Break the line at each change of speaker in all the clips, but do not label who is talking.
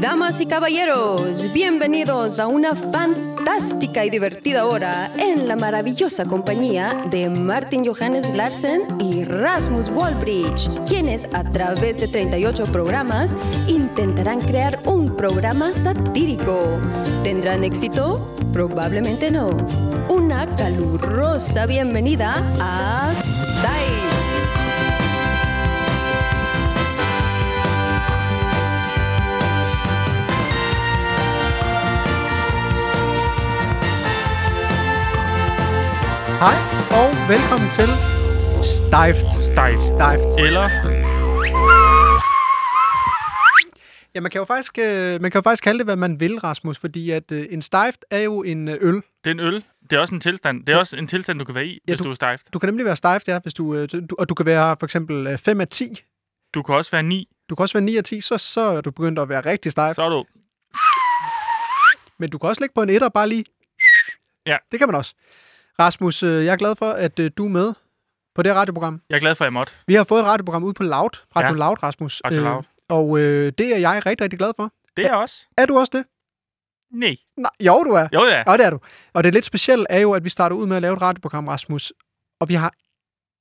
Damas y caballeros, bienvenidos a una fantástica y divertida hora en la maravillosa compañía de Martin Johannes Larsen y Rasmus Wallbridge, quienes a través de 38 programas intentarán crear un programa satírico. ¿Tendrán éxito? Probablemente no. Una calurosa bienvenida a Style.
Hej og velkommen til Stift.
Stejs.
Stift.
Eller
Ja, man kan jo faktisk, øh, man kan jo faktisk kalde det, hvad man vil, Rasmus, fordi at øh, en stift er jo en øh, øl.
det er en øl. Det er også en tilstand. Det er også en tilstand, du kan være i,
Ja,
hvis du, er stejft.
Du kan nemlig være stift, ja, hvis du, øh, du, og du kan være for eksempel øh, 5 af 10.
Du kan også være ni.
Du kan også være 9 af 10, så, så er du begyndt at være rigtig stift.
Så er du...
Men du kan også ligge på en etter bare lige.
Ja.
Det kan man også. Rasmus, øh, jeg er glad for, at øh, du er med på det her radioprogram.
Jeg er glad for, at jeg måtte.
Vi har fået et radioprogram ude på Loud. Radio
Ja.
Loud, Rasmus.
Radio Loud.
Og øh, det er jeg rigtig, rigtig glad for.
Det er jeg også.
Er du også det?
Nej.
Nej, jo, du er.
Jo ja.
Ja, det er du. Og det lidt specielle er jo, at vi starter ud med at lave et radioprogram, Rasmus, og vi har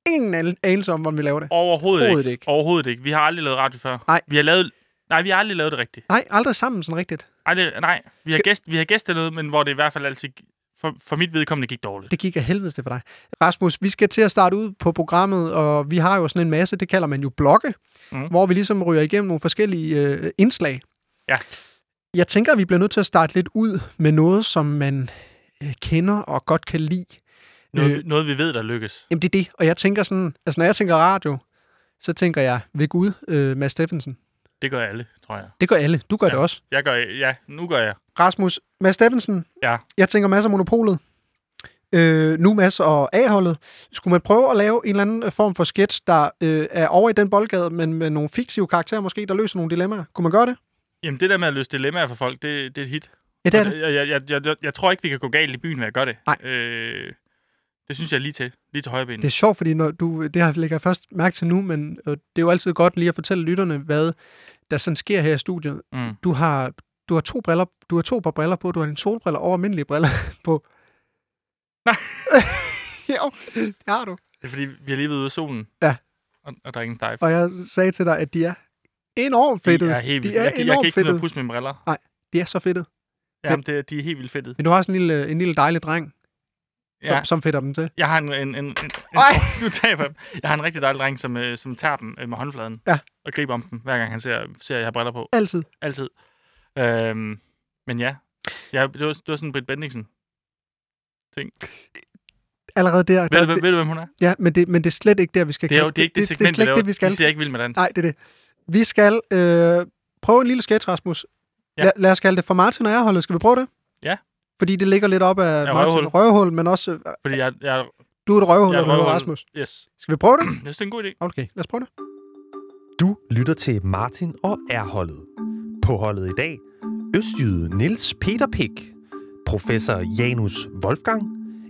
ingen an- anelse om, hvordan vi laver det.
Overhovedet,
Overhovedet
ikke.
ikke.
Overhovedet ikke. Vi har aldrig lavet radio før.
Nej.
Vi har lavet... Nej, vi har aldrig lavet det rigtigt.
Nej, aldrig sammen sådan rigtigt.
Aldrig... Nej. Vi har,
Skal-
gæst... vi har gæstet noget, men hvor det i hvert fald altid... For, for mit vedkommende gik dårligt.
Det gik af helvedes det for dig. Rasmus, vi skal til at starte ud på programmet, og vi har jo sådan en masse, det kalder man jo blokke,
Mm.
mm. hvor vi ligesom ryger igennem nogle forskellige øh, indslag.
Ja.
Jeg tænker, at vi bliver nødt til at starte lidt ud med noget, som man øh, kender og godt kan lide.
Noget, øh... noget vi ved, der lykkes.
Jamen, det er det. Og jeg tænker sådan, altså når jeg tænker radio, så tænker jeg ved Gud, øh, Mads Steffensen.
Det gør alle, tror jeg.
Det gør alle. Du gør
Ja.
det også.
Jeg gør... Ja, nu gør jeg.
Rasmus, Mads Steffensen.
Ja.
Jeg tænker masser af monopolet. Øh, nu Mads og A-holdet. Skulle man prøve at lave en eller anden øh, form for sketch, der øh, er over i den boldgade, men med nogle fiktive karakterer måske, der løser nogle dilemmaer? Kunne man gøre det?
Jamen, det der med at løse dilemmaer for folk, det, det er et hit.
Ja, det er
Og
det.
Jeg, jeg, jeg, jeg, jeg tror ikke, vi kan gå galt i byen ved at gøre det.
Nej.
Øh, det synes jeg er lige til. Lige til højre ben.
Det er sjovt, fordi når du, det har jeg lægger jeg først mærke til nu, men øh, det er jo altid godt lige at fortælle lytterne, hvad der sådan sker her i studiet.
Mm.
Du har, du har to briller, du har to par briller på, du har en solbriller og almindelige briller på.
Nej.
jo, det har du.
Det er fordi, vi har lige været ude af solen.
Ja.
Og, og drikke en dive.
Og jeg sagde til dig, at de er enormt fedtede.
De er helt vildt.
de er
jeg, kan- jeg kan
enormt
ikke finde ud af
fedtede.
at pusse mine briller.
De er så fedtede.
Jamen, det, de er helt vildt fedtet.
Men du har også en lille, en lille dejlig dreng, ja.
Ja.
som, som fedter dem til.
Jeg har en... en, en, en, en
Ej!
nu taber jeg. Jeg har en rigtig dejlig dreng, som, øh, som tager dem øh, med håndfladen.
Ja.
Og griber om dem, hver gang han ser, ser at jeg har briller på.
Altid.
Altid. Øhm, men ja. Jeg, det, var, det var sådan Britt Bendiksen.
Allerede der.
Ved,
der
du, hvem- ved du, hvem hun er?
ja, men det, men det er slet ikke der, vi skal
Det er jo
kalde-
det er ikke det, segment,
det, er slet
jeg
ikke det,
laver.
vi skal.
De siger ikke vild med dans.
Nej, det er det. Vi skal øh, prøve en lille sketch, Rasmus.
Ja.
Ja. Lad, lad os kalde det for Martin og Erholdet. Skal vi prøve det?
Ja.
Fordi det ligger lidt op af ja, Martin
røvhul.
Røvhul, men også... Øh,
Fordi jeg, jeg,
du er et røvhul, og
Jeg er et
du hedder
røvhul.
Rasmus.
yes,
Skal vi prøve det?
jeg synes, det er en god idé.
Okay, lad os prøve det.
Du lytter til Martin og R-holdet. På holdet i dag, Østjyde Nils Peter Pick, professor Janus Wolfgang,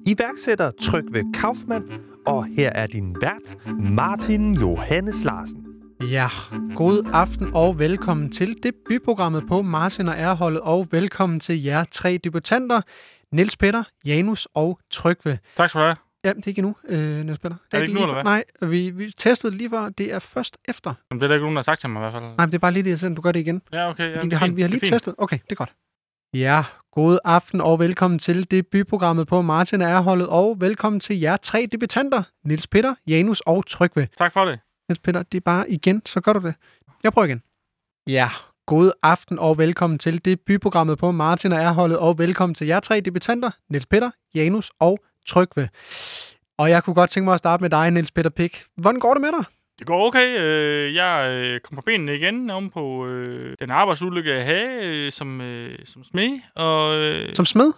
iværksætter Trygve Kaufmann, og her er din vært, Martin Johannes Larsen.
Ja, god aften og velkommen til debutprogrammet på Martin og Erholdet, og velkommen til jer tre debutanter, Niels Petter, Janus og Trygve.
Tak skal du have.
Ja, det er ikke endnu, øh, Niels Petter.
Er det ikke nu,
lige
eller
før.
hvad?
Nej, vi, vi testede lige før, det er først efter.
Jamen, det er der ikke nogen, der har sagt til mig i hvert fald.
Nej, men det er bare lidt irriterende, du gør det igen.
Ja, okay. Ja,
Fordi
det
vi
er
har,
fint.
vi har
Det er
lige
fint.
testet. Okay, det er godt. Ja, god aften og velkommen til debutprogrammet på Martin og Erholdet, og velkommen til jer tre debutanter, Niels Petter, Janus og Trygve.
Tak for det.
Niels Peter, det er bare igen, så gør du det. Jeg prøver igen. Ja, god aften og velkommen til det byprogrammet på Martin og Erholdet, og velkommen til jer tre debutanter, Niels Peter, Janus og Trygve. Og jeg kunne godt tænke mig at starte med dig, Niels Peter Pick. Hvordan går det med dig?
Det går okay. Øh, jeg øh, kom på benene igen oven på øh, den arbejdsulykke, jeg havde øh, som, øh, som smed. Og, øh,
Som smed?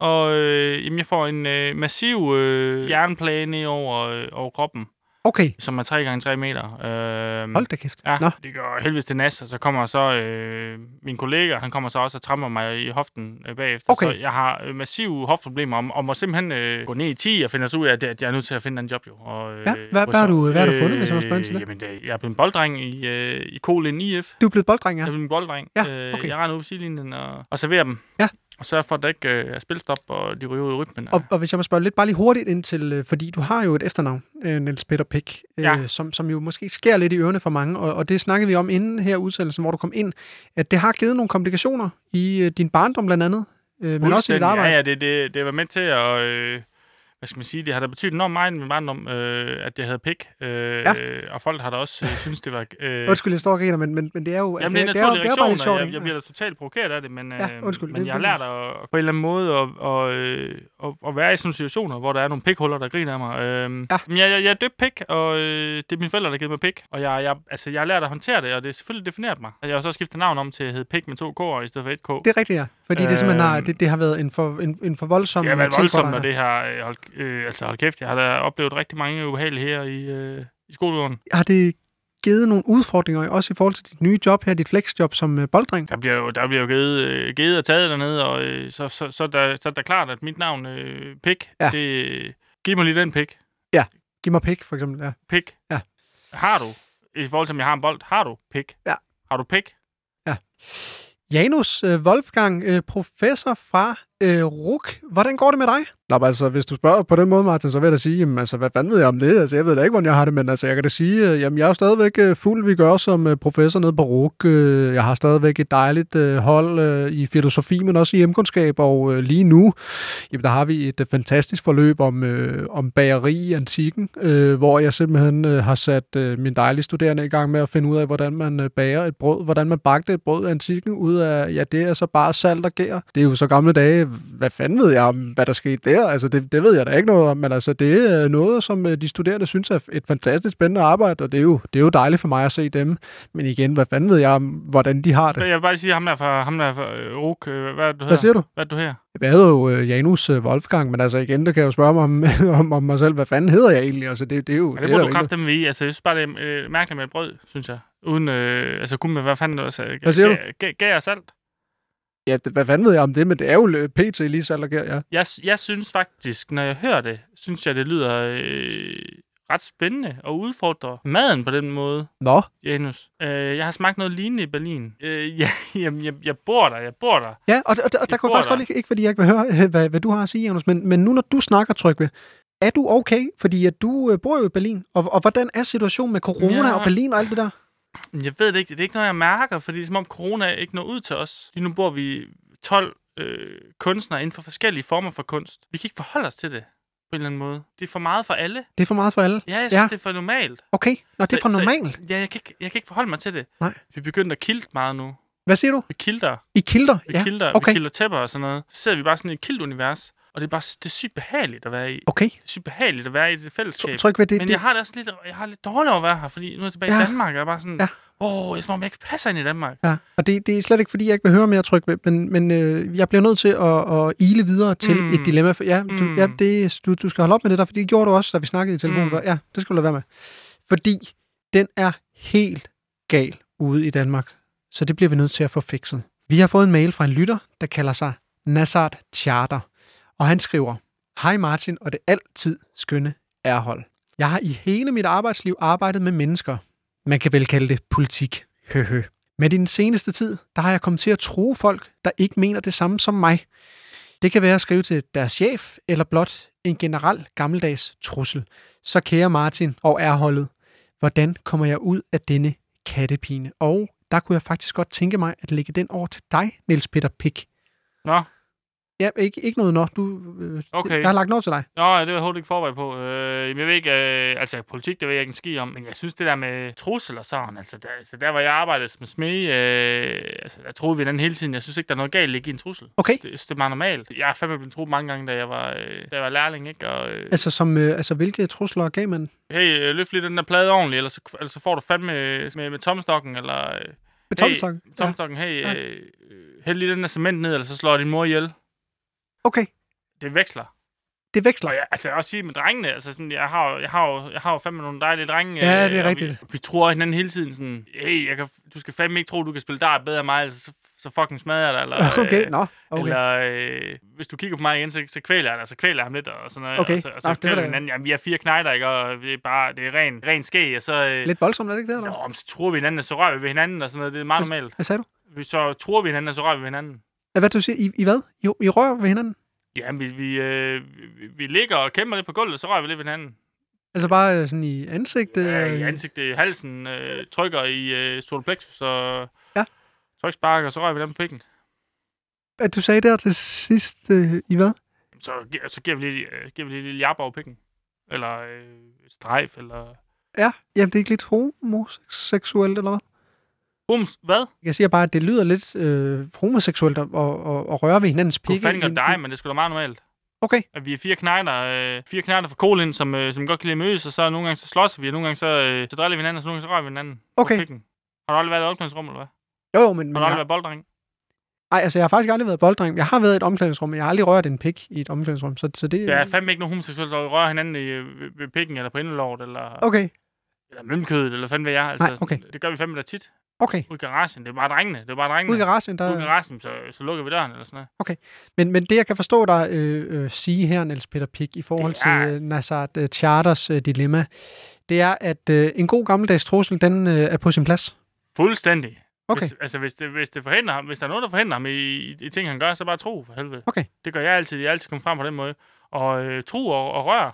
og øh, jamen, jeg får en øh, massiv øh, jernplane over, øh, over kroppen.
Okay,
som er 3 gange 3 meter. Øh,
hold da kæft.
Ja,
Nå,
Nå. det gør helvedes til nas, og så kommer så øh, min kollega, han kommer så også og tramper mig i hoften øh, bagefter.
Okay.
Så jeg har øh, massive hofproblemer, og, og må simpelthen øh, gå ned i 10 og finde ud af, at, at jeg er nødt til at finde en job jo. Og, øh,
Ja, hvad- hvad har du- hvad har du fundet, hvis jeg må spørge ind til det?
Jamen, det, jeg er blevet en bolddreng i, øh, i Kolin IF.
du er blevet bolddreng, ja.
Jeg er blevet en bolddreng.
Ja,
Øh,
okay.
Jeg render ud på sidelinjen og, og serverer dem.
Ja.
Og sørger for, at der ikke øh, er spilstop, og de ryger ud i rytmen.
Og, og hvis jeg må spørge lidt bare lige hurtigt ind til, øh, fordi du har jo et efternavn, øh, Niels Peter Pick, øh,
Ja.
som, som jo måske sker lidt i ørerne for mange, og, og det snakkede vi om inden her udsendelsen, hvor du kom ind, at det har givet nogle komplikationer i øh, din barndom blandt andet, øh, men også i dit
Fuldstændig.
arbejde.
Ja, ja, det, det, det var med til at... Øh, hvad skal man sige? Det har da betydet enormt meget i min barndom, øh, at jeg havde pik. Øh, ja. Og folk har da også øh, synes det var... Øh,
Undskyld, jeg står og griner, men, men, men det er jo... altså,
Jamen, det er en
det er, jo- det er
naturlig
jo bare
reaktion,
lidt sjovt.
og jeg,
ikke?
jeg bliver da totalt provokeret af det, men,
Ja,
øh,
undskyld,
men
det-
jeg har
det-
lært at, at på en eller anden måde at, og, øh, at, at være i sådan nogle situationer, hvor der er nogle pikhuller, der griner af mig. Øh,
Ja.
Men jeg, jeg, jeg er døbt pik, og øh, det er mine forældre, der har givet mig pik, og jeg, jeg, altså, jeg har lært at håndtere det, og det har selvfølgelig defineret mig. Jeg har så skiftet navn om til at hedde pik med to k'er i stedet for et k.
det er rigtigt, ja. Fordi øh, det simpelthen har,
Øhm.
det, det har været en for, en, en for voldsom øh,
Det har været
ting for dig,
voldsomt, og
ja.
det har... Øh, hold, øh, altså, hold kæft, jeg har da oplevet rigtig mange ubehagelige her i, øh, i skolegården.
Har det givet nogle udfordringer, også i forhold til dit nye job her, dit flexjob som øh, bolddreng?
Der bliver jo, der bliver jo givet, øh, givet og taget dernede, og øh, så, så, så, er der, så er der klart, at mit navn, øh, Pik,
Ja.
ja. det... øh, Giv mig lige den pik.
Giv mig pik, for eksempel. Ja.
Pik.
Ja.
Har du, i forhold til, om jeg har en bold, har du pik?
Ja.
Har du pik?
Janus øh, Wolfgang, øh, professor fra øh, RUK. Hvordan går det med dig? Nå, men altså, hvis du spørger på den måde, Martin, så vil jeg da sige, jamen, altså, hvad fanden ved jeg om det? Altså, jeg ved da ikke, hvordan jeg har det, men altså, jeg kan da sige, øh, jamen, jeg er jo stadigvæk øh, fuld, vi gør som øh, professor nede på RUK. Øh, jeg har stadigvæk et dejligt øh, hold øh, i filosofi, men også i emkundskab, og øh, lige nu, jamen, der har vi et øh, fantastisk forløb om, øh, om bageri i antikken, øh, hvor jeg simpelthen øh, har sat øh, min dejlige studerende i gang med at finde ud af, hvordan man øh, bager et brød, hvordan man bagte et brød i antikken ud af, ja, det er så bare salt og gær. Det er jo så gamle dage, hvad fanden ved jeg om, hvad der skete der? Altså, det, det ved jeg da ikke noget om, men altså, det er noget, som øh, de studerende synes er et fantastisk spændende arbejde, og det er jo, det er jo dejligt for mig at se dem. Men igen, hvad fanden ved jeg om, hvordan de har det?
Jeg vil bare lige sige, ham der fra, ham der fra øh, Ruk, øh, hvad er det, du
Hvad
hedder?
siger du?
Hvad er det, du her?
Jeg hedder jo øh, Janus øh, Wolfgang, men altså igen, der kan jeg jo spørge mig om, om, om mig selv, hvad fanden hedder jeg egentlig? Altså, det, det er jo...
Ja,
er
det burde
der
du
jo ikke-
kraftedeme vide. Altså, jeg synes bare, det er øh, mærkeligt med et brød, synes jeg. Uden, øh, altså kun med, hvad fanden det også
Hvad siger du?
Gær og salt.
Ja, det, hvad fanden ved jeg om det, men det er jo øh, pt. lige salg og gær, ja.
Jeg, jeg synes faktisk, når jeg hører det, synes jeg, det lyder øh, ret spændende og udfordrer maden på den måde,
Nå,
Janus. Øh, jeg har smagt noget lignende i Berlin. Øh, ja, jamen, jeg, jeg bor der, jeg bor der.
ja, og, og, og der
Jeg
kunne
bor
jeg faktisk
der.
godt ikke, ikke, fordi jeg ikke vil høre, øh, hvad, hvad du har at sige, Janus, men, men nu når du snakker, Trygve, er du okay? Fordi at du øh, bor jo i Berlin, og, og hvordan er situationen med corona
Ja.
og Berlin og alt det der?
Men Jeg ved det ikke, det er ikke noget, jeg mærker, fordi det er som om corona ikke når ud til os. Lige nu bor vi 12 øh, kunstnere inden for forskellige former for kunst. Vi kan ikke forholde os til det på en eller anden måde. Det er for meget for alle.
Det er for meget for alle.
Ja, jeg synes,
Ja.
ja. det er for normalt.
Okay, nå, det er for
Så- så-
normalt.
Ja, jeg kan, ikke, jeg kan ikke forholde mig til det.
Nej.
Vi er begyndt at kilte meget nu.
Hvad siger du?
Vi kilder.
I kilder?
Vi
Ja,
kilder,
okay.
vi kilder tæpper og sådan noget. Så sidder vi bare sådan i et kildt-univers, og det er bare det er sygt behageligt at være i.
okay.
Det er sygt behageligt at være i det fællesskab.
Trygve, det,
Men
det,
jeg har det også lidt, jeg har lidt dårligt over at være her, fordi nu er jeg tilbage
Ja.
i Danmark, og jeg er bare sådan,
Ja.
åh, oh, jeg, som om jeg ikke passer ind i Danmark.
Ja, og det, det er slet ikke, fordi jeg ikke vil høre mere tryk, men, men øh, jeg bliver nødt til at, at ile videre til mm.
Mm.
et dilemma. For, ja, du,
Mm.
ja det, du, du skal holde op med det der, for det gjorde du også, da vi snakkede i telefonen.
Mm.
Mm. Ja, det skal du lade være med. Fordi den er helt gal ude i Danmark, så det bliver vi nødt til at få fikset. Vi har fået en mail fra en lytter, der kalder sig Nassart Charter, og han skriver, Hej Martin og det altid skønne Erhold. Jeg har i hele mit arbejdsliv arbejdet med mennesker. Man kan vel kalde det politik. Høhø. Men i den seneste tid, der har jeg kommet til at true folk, der ikke mener det samme som mig. Det kan være at skrive til deres chef, eller blot en generel gammeldags trussel. Så kære Martin og Erholdet, hvordan kommer jeg ud af denne kattepine? Og der kunne jeg faktisk godt tænke mig at lægge den over til dig, Niels Peter Pick.
Nå,
Ja, ikke, ikke noget nå. Du, øh,
Okay.
Jeg har lagt noget til dig.
Nå, ja, det var jeg overhovedet ikke forberedt på. Øh, jamen, jeg ved ikke, øh, altså politik, det ved jeg ikke en ski om, men jeg synes det der med trussel og sådan, altså der, altså, der hvor jeg arbejdede som smed, øh, altså der troede vi den hele tiden. Jeg synes ikke, der er noget galt i at give en trussel.
Okay.
Jeg synes, det, jeg synes, det er meget normalt. Jeg er fandme blevet truet mange gange, da jeg var, øh, da jeg var lærling, ikke? Og, øh,
Altså, som, øh, altså hvilke trusler gav man?
hey, øh, løft lige den der plade ordentligt, ellers, så- ellers så får du fandme øh, med, med tomstokken, eller... Øh,
Betonstang?
Hey,
Ja.
tomstokken, hey,
Ja.
øh, øh, hæld lige den der cement ned, eller så slår jeg din mor ihjel.
Okay.
Det veksler.
Det veksler.
Og jeg, altså, jeg vil også sige med drengene, altså sådan, jeg har, jo- jeg har, jo- jeg har jo fandme nogle dejlige drenge.
Ja,
øh,
det er
og Vi,
rigtigt.
vi tror hinanden hele tiden sådan, hey, jeg kan, du skal fandme ikke tro, du kan spille dart bedre end mig, altså, så, så fucking smadrer jeg dig. Eller,
Okay,
øh,
nå. Okay.
Eller øh, hvis du kigger på mig igen, så, så kvæler jeg dig, så kvæler jeg ham lidt, og sådan noget.
Okay.
Og så, og så
Nå,
Nå,
det var
kvæler
da-
vi hinanden. Jamen, vi er fire knejder, ikke? Og det er bare, det er ren, ren skæg, og så... Øh,
Lidt voldsomt, er det ikke det? Eller? Altså-
Nå, men så tror vi hinanden, og så rører vi ved hinanden, og sådan noget. Det er meget normalt.
Hvad sagde du?
Vi- Så tror vi hinanden, og så rører vi ved hinanden.
Ja, Hvad du siger? I, I hvad? I, I rører ved hinanden?
Jamen, vi, vi, øh, vi, vi ligger og kæmper lidt på gulvet, og så rører vi lidt ved hinanden.
Altså bare øh, sådan i ansigtet?
Ja, i
øh,
ansigtet, i halsen, øh, trykker i øh, solplexus og
Ja.
trykspark, og så rører vi dem på pikken.
At du sagde der til sidst, øh, I hvad?
Så, gi- så giver vi lige, øh, giver vi lige et lille jab over pikken. Eller øh, et strejf, eller...
Ja, jamen det er ikke lidt homoseksuelt, eller hvad?
Bums, hvad?
Jeg siger bare, at det lyder lidt øh, homoseksuelt at, at, at, at røre ved hinandens
Kunne
pikke.
fanden godt
i-
dig, men det skulle sgu da meget normalt.
Okay,
At vi er fire knejder, øh, fire knejder fra Kolin, som, øh, som godt kan lide at mødes, og så nogle gange så slås vi, og nogle gange så, øh, så driller vi hinanden, og så nogle gange så rører vi hinanden. på
Okay.
pikken. Har du aldrig været i et omklædningsrum, eller hvad?
jo, jo, men...
Har
men
du aldrig
jeg,
været bolddreng?
ej, altså jeg har faktisk aldrig været bolddreng. Jeg har været i et omklædningsrum, men jeg har aldrig rørt en pik i et omklædningsrum, så, så det...
Der er fandme ikke nogen homoseksuelle, der rører hinanden i, øh, ved, ved pikken, eller på indelort, eller,
Okay,
eller mømkødet, eller fanden ved jeg. Altså,
Nej, okay.
sådan, Det gør vi fandme da tit.
okay.
Ude i garagen. Det er bare drengene. Det er bare drengene.
Ude i garagen,
Ude i
der...
garagen, så, så lukker vi døren eller sådan noget.
Men, men det, jeg kan forstå dig øh, øh, sige her, Niels Peter Pick, i forhold
Det er-
til øh, Nassart øh, Charters øh, dilemma, det er, at øh, en god gammeldags trussel, den øh, er på sin plads.
Fuldstændig.
Okay.
Hvis, altså, hvis, det, hvis, det forhindrer ham, hvis der er nogen, der forhindrer ham i, i, i ting, han gør, så bare tro for helvede.
Okay.
Det gør jeg altid. Jeg er altid kommet frem på den måde. Og øh, tro og, og rør,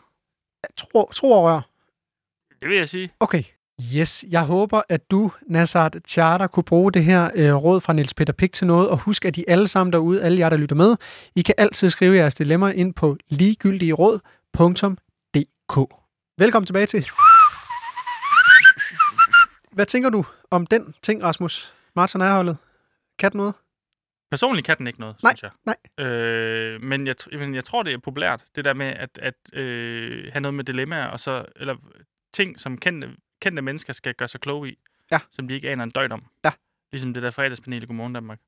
Tro, tro og rør.
det vil jeg sige.
Okay. Yes, jeg håber, at du, Nassart Charter, kunne bruge det her øh, råd fra Niels Peter Pick til noget, og husk, at I alle sammen derude, alle jer, der lytter med, I kan altid skrive jeres dilemmaer ind på ligegyldigeråd.dk. Velkommen tilbage til... Hvad tænker du om den ting, Rasmus? Martin Erholdet? Kan den noget?
Personligt kan den ikke noget,
Nej,
synes jeg.
nej.
Øh, men, jeg, tr- men jeg tror, det er populært, det der med at, at øh, have noget med dilemmaer, og så, eller ting, som kendte, kendte mennesker skal gøre sig kloge i,
Ja.
som de ikke aner en døjt om.
Ja.
Ligesom det der fredagspanel i Godmorgen Danmark,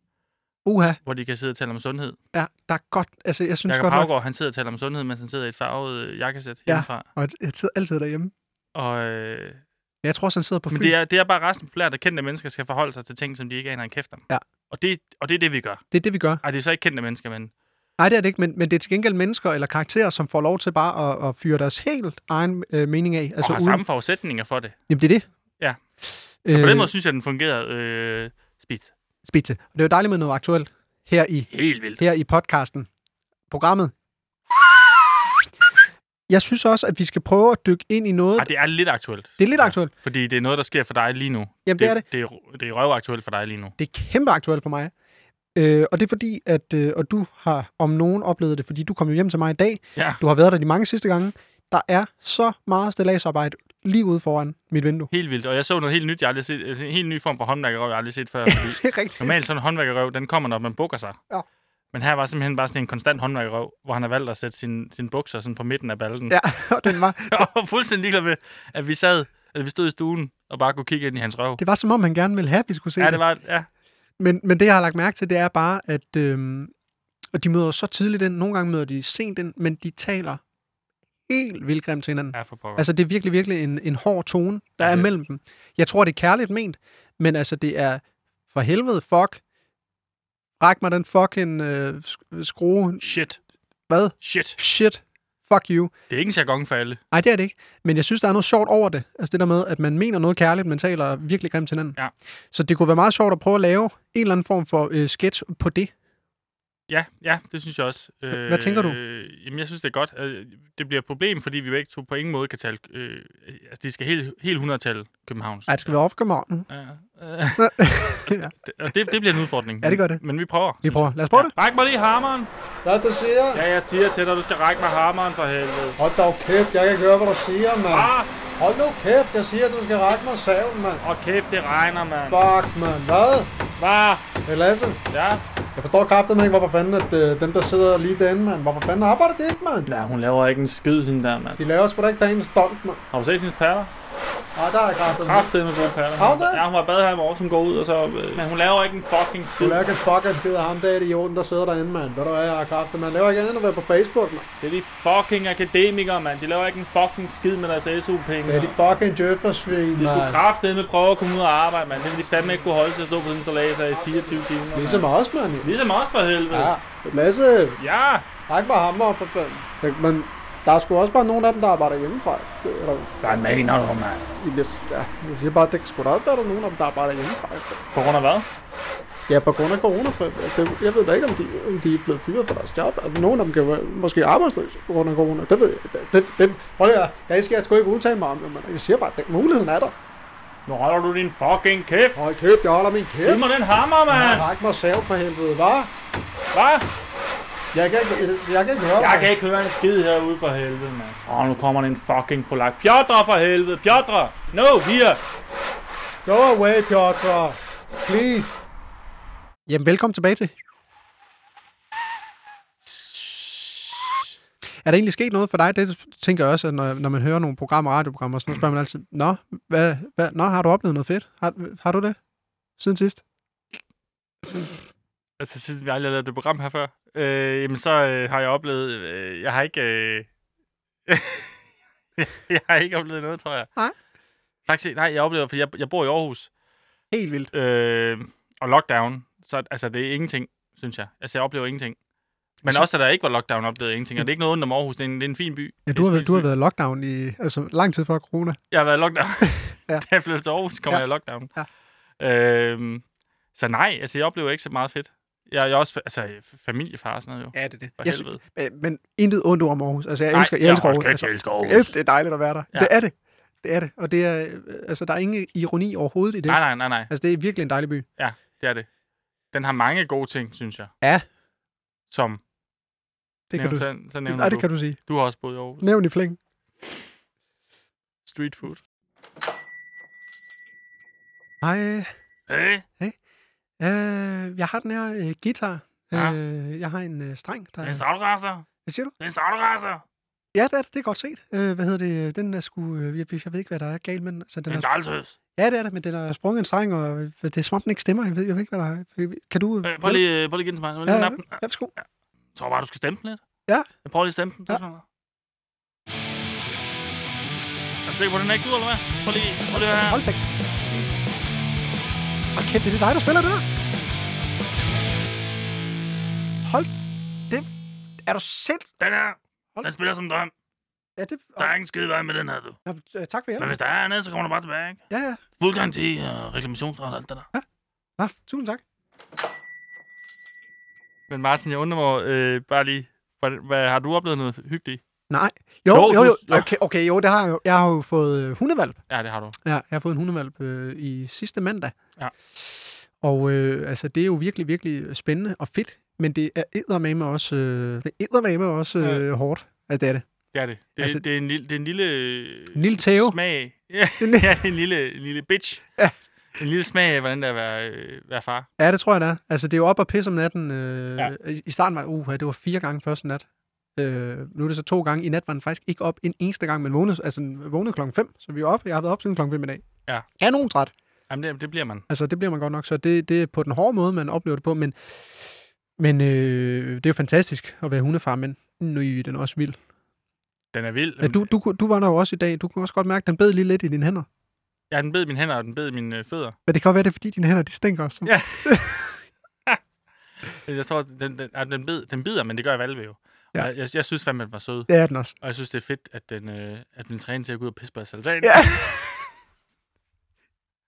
Uha,
hvor de kan sidde og tale om sundhed.
ja, der er godt... Altså, jeg synes
Jakob
godt nok...
Havgaard, han sidder og taler om sundhed, mens han sidder i et farvet øh, jakkesæt
Ja.
ja. hjemmefra.
Og jeg sidder altid derhjemme.
Og, øh,
Men Jeg tror også, han sidder på
men
Fyn.
det er, det er bare resten populært, at kendte mennesker skal forholde sig til ting, som de ikke aner en kæft om.
Ja.
Og, det, og det er det, vi gør.
det er det, vi gør.
Ej, det er så ikke kendte mennesker, men
Nej, det er det ikke, men, men det er til gengæld mennesker eller karakterer, som får lov til bare at, at fyre deres helt egen øh, mening af.
altså, og har
uden-
samme forudsætninger for det.
Jamen, det er det.
Ja.
Øh,
På den måde synes jeg, den fungerede øh, spidt.
Spidse. Og det er jo dejligt med noget aktuelt her i,
Helt vildt.
her i podcasten. Programmet. Jeg synes også, at vi skal prøve at dykke ind i noget.
Ej, det er lidt aktuelt.
Det er lidt aktuelt.
Ja, fordi det er noget, der sker for dig lige nu.
Jamen, det er det.
Det er, ro- det er røvaktuelt for dig lige nu.
Det er kæmpe aktuelt for mig. Øh, og det er fordi, at øh, og du har om nogen oplevet det, fordi du kom jo hjem til mig i dag.
Ja.
Du har været der de mange sidste gange. Der er så meget stillagsarbejde lige ude foran mit vindue.
Helt vildt. Og jeg så noget helt nyt, jeg aldrig har set. altså, En helt ny form for håndværkerøv, jeg aldrig har set før. Fordi
Det er rigtigt.
normalt sådan en håndværkerøv, den kommer, når man bukker sig.
Ja.
Men her var simpelthen bare sådan en konstant håndværkerøv, hvor han har valgt at sætte sin, sin bukser sådan på midten af balden.
Ja, og den var,
Jeg var fuldstændig ligeglad med, at vi sad, eller vi stod i stuen og bare kunne kigge ind i hans røv.
det var som om, han gerne ville have, at vi skulle se
ja, det var, ja.
Men, men det, jeg har lagt mærke til, det er bare, at øhm, og de møder så tidligt ind. Nogle gange møder de sent ind, men de taler helt vildt grimt til hinanden. Ja.
ja for pokker. Altså,
Altså, det er virkelig, virkelig en, en hård tone, der
Ja,
er
det-
mellem dem. Jeg tror, det er kærligt ment, men altså, det er for helvede, fuck. Ræk mig den fucking øh, sk- skrue.
shit,
Hvad?
shit.
Shit. Fuck you.
Det er ikke en jargon for alle.
Nej, det er det ikke. Men jeg synes, der er noget sjovt over det. Altså det der med, at man mener noget kærligt, men taler virkelig grimt til hinanden.
Ja.
Så det kunne være meget sjovt at prøve at lave en eller anden form for øh, sketch på det.
Ja, ja, det synes jeg også.
Hva- hvad tænker du?
Øh, jamen, jeg synes, det er godt. Øh, Det bliver et problem, fordi vi begge to på ingen måde kan tale... Øh, altså, de skal helt, helt 100 tale Københavns.
Ej, det skal være off morgen.
Ja, øh,
ja.
og det, det bliver en udfordring.
Ja, det gør det.
Men vi prøver.
Vi prøver. Lad os prøve det.
Ræk mig lige hammeren.
Hvad du siger?
Ja, jeg siger til dig, du skal række mig hammeren for helvede.
Hold da kæft, jeg kan ikke høre, hvad du siger, mand.
Ah,
Hold nu kæft, jeg siger, at du skal række mig saven, mand.
og kæft, det regner, mand.
Fuck, mand. Hvad?
Hvad?
Hey, Lasse,
Ja.
jeg forstår kraften ikke, hvorfor fanden at, øh, dem, der sidder lige derinde, mand. Hvorfor fanden arbejder de ikke, mand?
Ja, hun laver ikke en skid, hende der, mand.
De laver sgu da ikke dagens stunt, mand.
Har du set hendes patter?
Nej, der er kraftet.
Kræftet med gode patter.
Har hun det?
Ja, hun var i bad her i morges, hun går ud, og så... Øh, men hun laver ikke en fucking
Du
skid.
laver ikke en fucking skid af ham, der i jorden, der sidder derinde, mand. Ved du hvad, jeg har kraftet, man laver ikke andet end at være på Facebook, mand.
Det er de fucking akademikere, mand. De laver ikke en fucking skid med deres SU-penge.
Det er de fucking djøffersvin,
De skulle
mand.
kraftedeme prøve at komme ud og arbejde, mand. Det ville de fandme ikke kunne holde til at stå på den salat i 24 timer. mand.
Ligesom os, mand. jo.
Ligesom os for helvede.
Ja, Lasse,
ja.
ræk bare ham op for fanden. Men- Men der er sgu også bare nogen af dem, der arbejder hjemmefra. Det er der jo.
Der er en mand, når mand.
I bliver- Ja, jeg siger bare, at det kan sgu da også være, der er nogen af dem, der arbejder hjemmefra.
På grund af hvad?
Ja, på grund af corona. For det, jeg ved da ikke, om de, om de er blevet fyret fra deres job. Altså, nogle af dem kan være måske arbejdsløse på grund af corona. Det ved jeg. Det, det, det, prøv lige at høre. Det skal jeg sgu ikke udtale mig om. Men jeg siger bare, at den muligheden er der.
Nu holder du din fucking kæft.
Hold kæft, jeg holder min
Giv
kæft.
mig den hammer, mand.
Ræk mig sav for helvede, hva'?
Hvad?
Jeg kan ikke, jeg kan ikke høre
Jeg
dig.
kan ikke høre en skid herude for helvede, mand. Åh, nu kommer den fucking polak. Piotr for helvede. Piotr. No, here.
Go away, Piotr. Please.
Jamen, velkommen tilbage til. Er der egentlig sket noget for dig? Det tænker jeg også, at når, jeg- når man hører nogle programmer, radioprogrammer, og sådan noget, spørger man altid, Nå, hvad, hvad, nå har du oplevet noget fedt? Har, har du det? Siden sidst?
Altså, siden vi aldrig har lavet det program her før, øh, jamen så øh, har jeg oplevet... Øh, jeg har ikke... Øh, jeg har ikke oplevet noget, tror jeg.
Nej.
Faktisk, nej, jeg oplever, for jeg, jeg bor i Aarhus.
Helt vildt.
øh, og lockdown, så altså, det er ingenting, synes jeg. Altså, jeg oplever ingenting. Men
Så-
også, at der ikke var lockdown, oplevede jeg ingenting. Og det er ikke noget ondt om Aarhus, det er en, det er en fin by.
Ja,
Det
du
er
har,
en
været- du har
smidig by.
været i lockdown i altså, lang tid før corona.
Jeg har været i lockdown.
Ja.
ja. Da jeg flyttede til Aarhus, kommer
Ja.
ja. jeg i lockdown.
Ja.
Øhm, så nej, altså, jeg oplever ikke så meget fedt. Jeg, jeg er også fa- altså, familiefar og sådan noget, jo.
Ja, det er det.
For
Jeg
helvede.
sy- Øh, men, men intet ondt ord om Aarhus. Altså, jeg
Nej,
elsker, jeg
jeg
elsker
har
Aarhus.
også kæft,
Altså,
jeg elsker Aarhus.
kæft, det er dejligt at være der.
Ja.
Det er det. Det er det. Og det er, øh, altså, der er ingen ironi overhovedet i det.
Nej, nej, nej, nej.
Altså, det er virkelig en dejlig by.
Det er det. Den har mange gode ting, synes jeg.
Ja.
Som,
Det kan
nævn,
du,
så, så
det,
nævner
nej,
du.
det kan du sige.
Du har også boet i Aarhus.
Nævn i flæng.
Street food.
Hej.
Hey.
Øh, jeg har den her øh, guitar.
Ja.
Øh, jeg har en øh, streng. Der,
Det er en strategræster.
hvad siger du?
Det er en strategræster.
Ja, det er, det. det er godt set. Øh, hvad hedder det? Den er sgu... Øh, jeg, jeg ved ikke, hvad der er galt med den. Altså,
Det
den
er en
er,
daltøs.
ja, det er det, men den har sprunget en streng, og øh, det er som om den ikke stemmer. Jeg ved, jeg ved ikke, hvad der er. Kan du...
Øh, prøv lige, prøv lige igen til mig. Prøv
Ja,
lige
ja,
nappen.
ja, værsgo.
Jeg tror bare, du skal stemme den lidt.
Ja.
Jeg prøver lige at stemme den.
Ja.
Ja. Er du sikker på, at den er ikke ud, eller hvad? Prøv lige, prøv lige at høre her.
Hold da. Og kæft, det er dig, der spiller det der. Hold det. Er du selv?
Den her,
Hold.
den spiller som en drøm.
Ja, det...
Der er ingen skide vej med den her, du.
Nå, øh, tak for
Men
hjælpen.
hvis der er andet, så kommer du bare tilbage, ikke?
Ja, ja.
Fuld garanti og øh, reklamationsret og alt det der.
Nå, tusind tak.
Men Martin, jeg undrer mig øh, bare lige, hvad, hvad, har du oplevet noget hyggeligt?
Nej. Jo,
Jo,
jo, jo.
du-
jo.
jo.
Okay, okay, jo, det har jeg jo. Jeg har jo fået øh, hundevalp.
Ja, det har du.
Ja, jeg har fået en hundevalp øh, i sidste mandag.
Ja.
Og øh, altså, det er jo virkelig, virkelig spændende og fedt, men det er eddermame også, øh, det er eddermame også øh, ja. hårdt. Altså, det er det.
Det er det. Det,
Altså-
altså, det, er, en lille, det er en lille...
En lille tæve.
Smag. Ja,
En lille-
ja, det er en lille, en lille bitch.
Ja.
En lille smag af, hvordan det er at være, øh, være far.
Ja, det tror jeg, det er. Altså, det er jo op og pisse om natten. Øh, ja.
Ja.
I starten var det, uh, det var fire gange første nat. Øh, nu er det så to gange. I nat var den faktisk ikke op en eneste gang, men vågnede, altså, den vågnede klokken 5, så vi er oppe. Jeg har været op siden klokken 5 i dag.
Ja.
Jeg er nogen træt.
Jamen, det, det bliver man.
Altså, det bliver man godt nok. Så det, det er på den hårde måde, man oplever det på, men, men øh, det er jo fantastisk at være hundefar, men nu er den er også vild.
Den er vild.
Ja, du, du, kunne- du var der jo også i dag. Du kunne også godt mærke, at den bed lige lidt i dine hænder.
Ja, den bed i mine hænder, og den bed i mine øh, fødder.
Men det kan jo være, det er, fordi dine hænder, de stinker. Så.
Ja. Jeg tror, den, den, ja, den, bed, den bider, men det gør valve jo.
Ja.
Ja. Jeg, jeg, jeg synes fandme, at den var sød.
Det er den også.
Og jeg synes, det er fedt, at den, øh, at den træner til at gå ud og pisse på os altan.
Ja.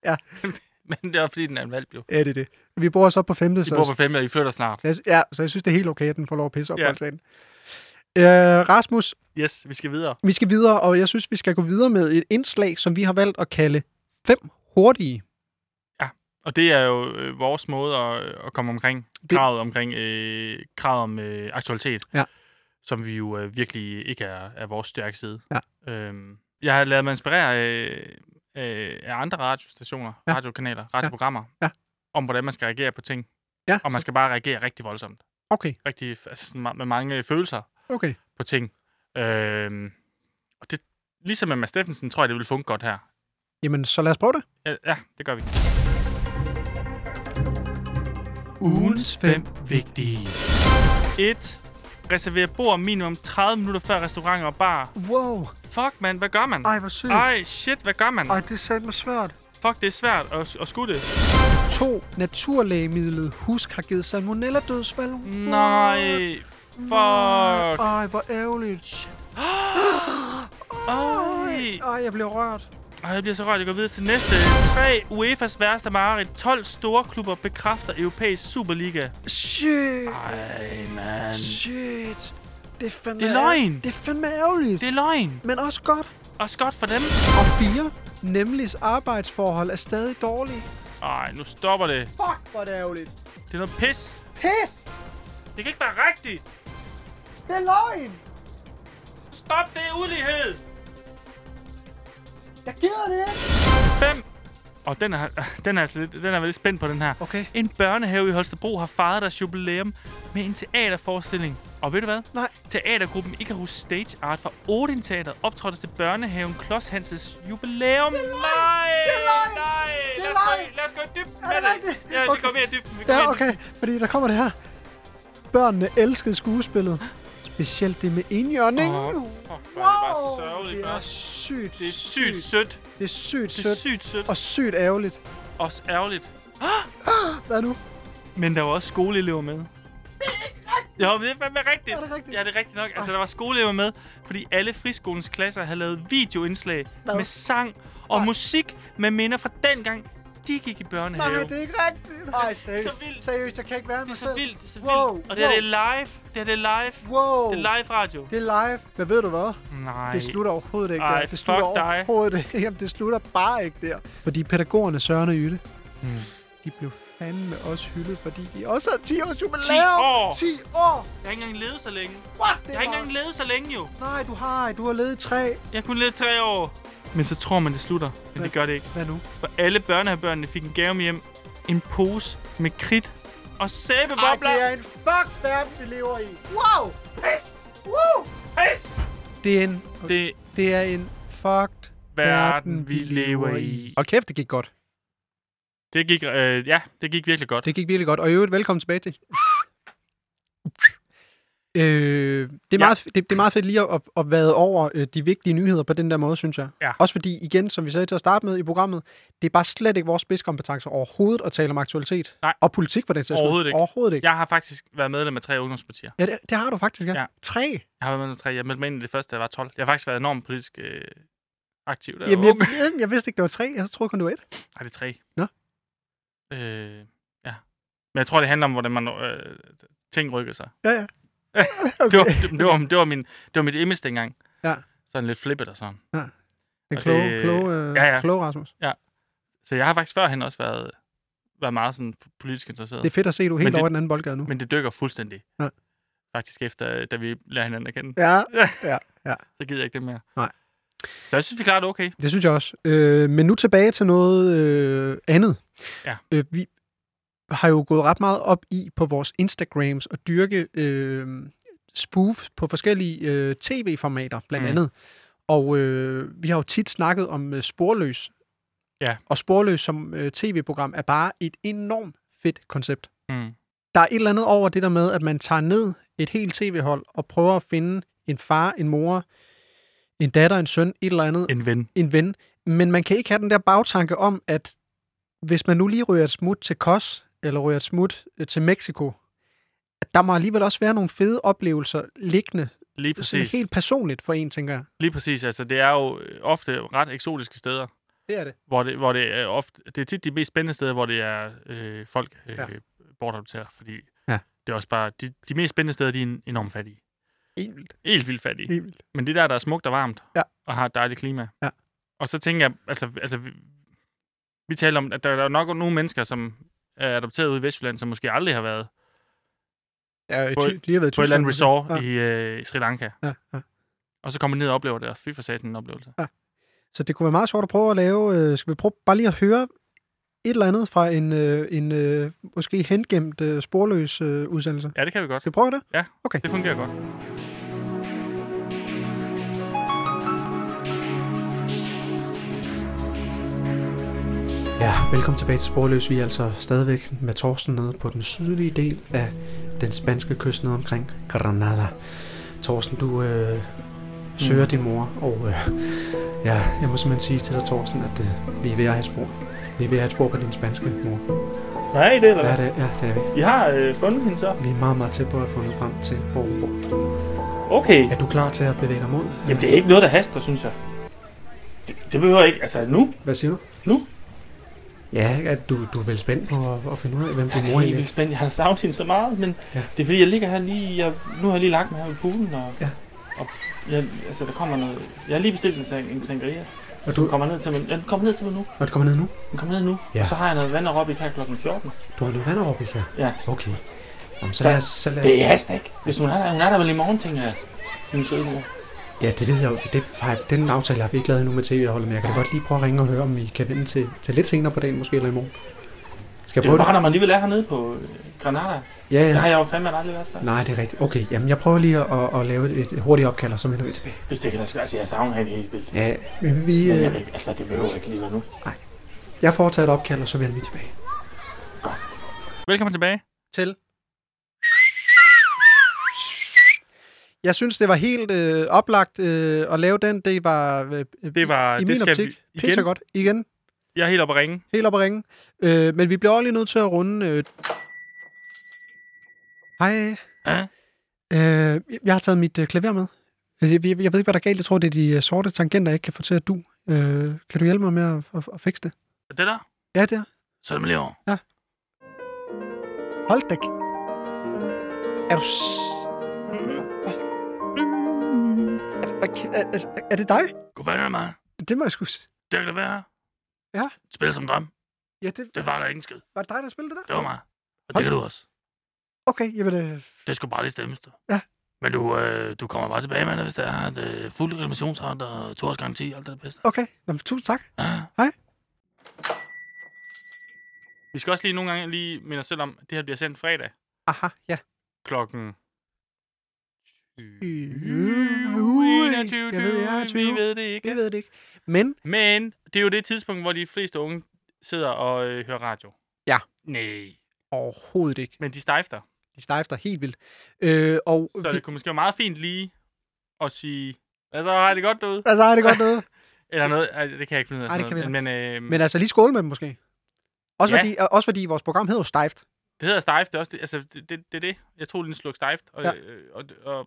Ja.
men det er også, fordi, den er en valp jo.
Ja, det er det. Vi bor så på femte,
I
så
bor på fem, og I flytter snart.
Så jeg, sy- ja, så jeg synes, det er helt okay, at den får lov at pisse op ja. på
Ja.
altanen. Øh, Rasmus,
Yes, vi skal videre.
vi skal videre, og jeg synes, vi skal gå videre med et indslag, som vi har valgt at kalde fem hurtige.
Og det er jo øh, vores måde at, at komme omkring kravet omkring øh, kravet om øh, aktualitet,
Ja.
som vi jo øh, virkelig ikke er, er vores stærke side.
Ja.
Øhm, jeg har lavet mig inspirere øh, øh, af andre radiostationer,
Ja.
ja. radiokanaler, radioprogrammer,
Ja.
om hvordan man skal reagere på ting.
Ja.
Og man skal bare reagere rigtig voldsomt.
Okay,
Rigtig altså sådan, ma- med mange øh, følelser
okay.
på ting. Øhm, og det, ligesom med Mads Steffensen, tror jeg, det vil funke godt her.
Jamen, så lad os prøve det.
Ja, ja, det gør vi. Ugens fem vigtige. 1. Reserver bord minimum 30 minutter før restauranter og bar.
Wow.
Fuck, mand, hvad gør man?
Ej, hvor sygt.
Ej, shit, hvad gør man?
Ej, det er sandt med svært.
Fuck, det er svært at, at skudde.
2. Naturlægemidlet husk har givet salmonella-dødsfald.
Nej, fuck.
Ej, hvor ærgerligt.
Ej.
Ej, jeg bliver rørt.
Ej, jeg bliver så rørt. Jeg går videre til næste. 3. UEFA's værste mareridt. 12 store klubber bekræfter europæisk Superliga.
Shit.
Ej, mand.
Shit. Det er fandme
Det er løgn.
ær- Det er fandme ærgerligt.
Det er løgn.
Men også godt.
Også godt for dem.
Og 4. Nemligs arbejdsforhold er stadig dårlige.
Ej, nu stopper det.
Fuck, hvor er det ærgerligt.
Det er noget pis.
Pis!
Det kan ikke være rigtigt.
Det er løgn.
Stop det ulighed.
Jeg gider det ikke.
5. Og den er, den er altså lidt, den er jeg lidt spændt på, den her.
Okay.
En børnehave i Holstebro har fejret deres jubilæum med en teaterforestilling. Og ved du hvad?
Nej.
Teatergruppen Icarus Stage Art fra Odin Teater optrådte til børnehaven Klods Hanses jubilæum. Det er nej!
Det er løgn!
Nej!
Det er
Lad os, gå,
løgn!
lad os gå i dybden
Er
med
det
det.
rigtigt?
Ja, vi
Okay.
går mere i dybden. Vi går mere
Ja,
i dybden.
okay. Fordi der kommer det her. Børnene elskede skuespillet. Specielt det med indjørning.
Åh, fuck, hvor er det bare sørgeligt,
det er
hva'?
sygt,
Det er sygt sødt.
Det er sygt
Det er
sødt.
sygt sødt.
Og sygt ærgerligt.
Også ærgerligt.
Hvad nu?
Men der var også skoleelever med. Det er ikke rigtigt. Jo, men det er fandme rigtigt.
Er det rigtigt? Ah.
Ja, det er rigtigt nok. Altså, der var skoleelever med, fordi alle friskolens klasser havde lavet videoindslag
Hvad?
med sang og musik med minder fra dengang, de gik i børnehave.
Nej, det er ikke rigtigt. Nej, seriøst.
Så vildt.
Seriøst, jeg kan ikke være med
det er så
selv.
vildt, det er så
Wow,
vildt. Og det her,
wow.
det er live. Det her, det er live.
Wow.
Det er live radio.
Det er live. Hvad ved du hvad?
Nej.
Det slutter overhovedet ikke
Ej,
der. Det slutter
fuck dig.
overhovedet ikke. Jamen, det slutter bare ikke der. Fordi pædagogerne Søren og Jytte,
Mm.
de blev fandme også hyldet, fordi de også havde 10 års jubilæum.
10 år!
10 år!
Jeg har ikke engang levet så længe.
What? Det
Jeg har ikke
var-
engang levet så længe, jo.
Nej, du har ej. Du har levet i tre.
Jeg kunne leve tre år. Men så tror man, det slutter. Men det gør det ikke.
Hvad nu?
For alle børnehavebørnene fik en gave med hjem. En pose med kridt og
Ej,
sæbebobler.
det er en fuck verden, vi lever i. Wow! Pis! Woo!
Pis!
Det er en,
Det er
det er en fucked
verden, vi lever i.
Og kæft, det gik godt.
Det gik, øh, ja, det gik virkelig godt.
Det gik virkelig godt. Og i øvrigt, velkommen tilbage til. Øh, det, er
Ja.
meget, det, det er meget fedt lige at, at vade over øh, de vigtige nyheder på den der måde, synes jeg.
Ja.
Også fordi, igen, som vi sagde til at starte med i programmet, det er bare slet ikke vores spidskompetence overhovedet at tale om aktualitet.
Nej.
Og politik for den sags skyld.
Overhovedet ikke.
Overhovedet ikke.
Jeg har faktisk været medlem af tre ungdomspartier.
Ja, det, det har du faktisk, ja.
Ja.
Tre.
Jeg har været medlem af tre. Jeg meldte mig ind i det første, da jeg var 12. Jeg har faktisk været enormt politisk øh, aktiv. Der.
Jamen,
Jamen,
jeg,
yep.
jeg, jeg vidste ikke, det var tre. Jeg troede kun, det var et.
Nej, det er tre.
Nå.
Øh, ja. Men jeg tror, det handler om, hvordan man, øh, ting rykker sig.
Ja, ja.
Det var, det, det, var, det, var min, det var mit image dengang.
Ja.
Sådan lidt flippet og sådan.
Den
og
kloge,
det-
kloge, øh,
ja, ja.
kloge Rasmus.
Så jeg har faktisk førhen også været, været meget sådan politisk interesseret.
Det er fedt at se, du er
Men
helt
det-
over i den anden boldgade nu.
Men det dykker fuldstændig.
Ja.
Faktisk efter, øh, da vi lærer hinanden at kende.
Ja,
Så gider jeg ikke det mere.
Nej.
Så jeg synes, vi klarer det okay.
Det synes jeg også. Øh, men nu tilbage til noget øh, andet.
Ja.
Øh, vi har jo gået ret meget op i på vores Instagrams at dyrke øh, spoof på forskellige øh, tv-formater, blandt
Mm.
mm. andet. Og øh, vi har jo tit snakket om øh, Sporløs.
Ja.
Og Sporløs som øh, tv-program er bare et enormt fedt koncept.
Mm.
Der er et eller andet over det der med, at man tager ned et helt tv-hold og prøver at finde en far, en mor, en datter, en søn, et eller andet
En ven.
en ven. Men man kan ikke have den der bagtanke om, at hvis man nu lige ryger et smut til Kos, eller ryger et smut øh, til Mexico, at der må alligevel også være nogle fede oplevelser liggende,
Lige
sådan
præcis.
helt personligt for en, tænker jeg.
Lige præcis. Altså, det er jo øh, ofte ret eksotiske steder,
Det er det.
hvor det, hvor det er ofte... Det er tit de mest spændende steder, hvor det er øh, folk øh,
Ja.
ja. bortadopterer, fordi
Ja.
det er også bare... De, de mest spændende steder, de er en- enormt fattige.
Helt vildt.
Helt vildt fattige.
Helt vildt.
Men det der, der er smukt og varmt,
Ja.
og har et dejligt klima.
Ja.
Og så tænker jeg, altså, altså vi, vi taler om, at der, der er nok nogle mennesker, som er adopteret ude i Vestjylland, som måske aldrig har været
Ja, i
På
Ty-
et-
de har været i
på et eller andet
Tyskland,
resort ja. i øh, Sri Lanka.
Ja, ja.
Og så kommer de ned og oplever det, og fy for satan en oplevelse.
Så det kunne være meget sjovt at prøve at lave. Øh, skal vi prøve bare lige at høre et eller andet fra en, øh, en øh, måske hengemt øh, sporløs øh, udsendelse?
Ja, det kan vi godt.
Skal vi prøve det?
Ja,
Okay.
det fungerer godt.
Ja, velkommen tilbage til Sporløs. Vi er altså stadigvæk med Torsten nede på den sydlige del af den spanske kyst nede omkring Granada. Torsten, du øh, søger mm. din mor, og øh, ja, jeg må simpelthen sige til dig, Torsten, at øh, vi er ved at have et spor. Vi er ved at have et spor på din spanske mor.
Nej, det eller
Ja,
hvad?
det, ja, det er vi.
I har øh, fundet hende så?
Vi er meget, meget tæt på at have fundet frem til, hvor hun bor.
Okay.
Er du klar til at bevæge dig mod?
Jamen, det er ikke noget, der haster, synes jeg. Det, det behøver ikke... Altså, nu?
Hvad siger du?
Nu?
Ja, at du, du er vel spændt på at, at finde ud af, hvem din mor
Jeg er helt
egentlig
vildt
er.
spændt. Jeg har savnet hende så meget, men
Ja.
ja. det er fordi, jeg ligger her lige... Jeg, nu har jeg lige lagt mig her ved poolen, og...
Ja.
og jeg, altså, der kommer noget... Jeg har lige bestilt en, sang- en sangria.
Og
Den
du,
kommer ned til mig, den kommer ned til mig nu.
og du kommer ned nu?
Den kommer ned nu.
Ja.
Ja. Og så har jeg noget vand og råbik her kl. 14.
Du har noget vand over, her?
Ja.
Okay. Jamen, så,
Så-
lad os, så lad os...
Det er hast ikke. Hvis hun er der, hun er der vel i morgen, tænker jeg. Min søde mor.
Ja, det ved jeg jo. Det er faktisk, den aftale har vi ikke lavet endnu med tv-holdet, men jeg kan da godt lige prøve at ringe og høre, om vi kan vende til, til lidt senere på dagen, måske eller i morgen. Skal jeg
Det er
prøve
jo
det?
bare, når man alligevel er hernede på øh, Granada.
Ja,
Der har
ja.
jeg jo fandme aldrig været før.
Nej, det er rigtigt. Okay, jamen jeg prøver lige at, at, at lave et, et hurtigt opkald, og så vender vi tilbage.
Hvis det kan da ske. Altså, jeg savner hende helt vildt.
Ja, men vi,
Men jeg,
øh,
vil ikke- altså, det behøver ikke lige være nu.
jeg foretager et opkald, og så vender vi tilbage.
Velkommen tilbage.
til. Jeg synes, det var helt øh, oplagt øh, at lave den. Det var, øh,
Det var...
i
det
min
skal
optik
Vi,
pisser
igen.
godt. Igen,
Jeg er helt oppe at ringe.
helt op at ringe. Øh, men vi bliver også lige nødt til at runde. Øh. Hej.
Ja.
Øh, jeg har taget mit øh, klaver med. Altså, Jeg, jeg, jeg ved ikke, hvad der er galt. Jeg tror, det er de øh, sorte tangenter, jeg ikke kan få til at du. Øh, kan du hjælpe mig med at, at, at fikse det?
Er det der?
Ja, der.
Så er det mig lige over.
Hold da. k- Er du... s- Er, er, er, er det dig?
Gå fanden med mig.
Det må jeg sgu... s-
Det kan det være.
Ja.
Spil som drøm.
Ja, det,
Det var der ingen skid.
var det dig, der spillede det der?
Det var mig. Og
Hold-
det kan du også.
Okay, jamen... Øh,
Det skulle bare lige stemmes, du.
Ja.
Men du, øh, du kommer bare tilbage med det, hvis der er et øh, fuld reklamationsret og to års garanti og alt det der bedste.
okay, Nå, men tusind tak.
Ja.
Hej.
Vi skal også lige nogle gange lige minde os selv om, at det her bliver sendt fredag
Aha, ja.
klokken...
Ui, jeg ved, jeg er 20.
Vi ved det ikke.
Øh, Jeg ved det ikke. Men
Men det er jo det tidspunkt, hvor de fleste unge sidder og øh, hører radio.
Ja.
Nej.
overhovedet ikke.
Men de stejfter.
De stejfter helt vildt. Øh, og...
Så
vi,
det kunne måske være meget fint lige at sige, altså har I det godt derude?
altså, er det godt noget?
Eller noget, Ej, det kan jeg ikke finde ud af.
Ej, det
sådan
kan vi
noget. Men, øh,
Men altså, lige skåle med dem måske. Også,
Ja.
fordi, og- også fordi vores program hedder jo Stejft.
det hedder stejft, det er også det, altså, det, det, det er det. Jeg tog lige en sluk stejft, og,
Ja.
ja. øh, og, og,
Og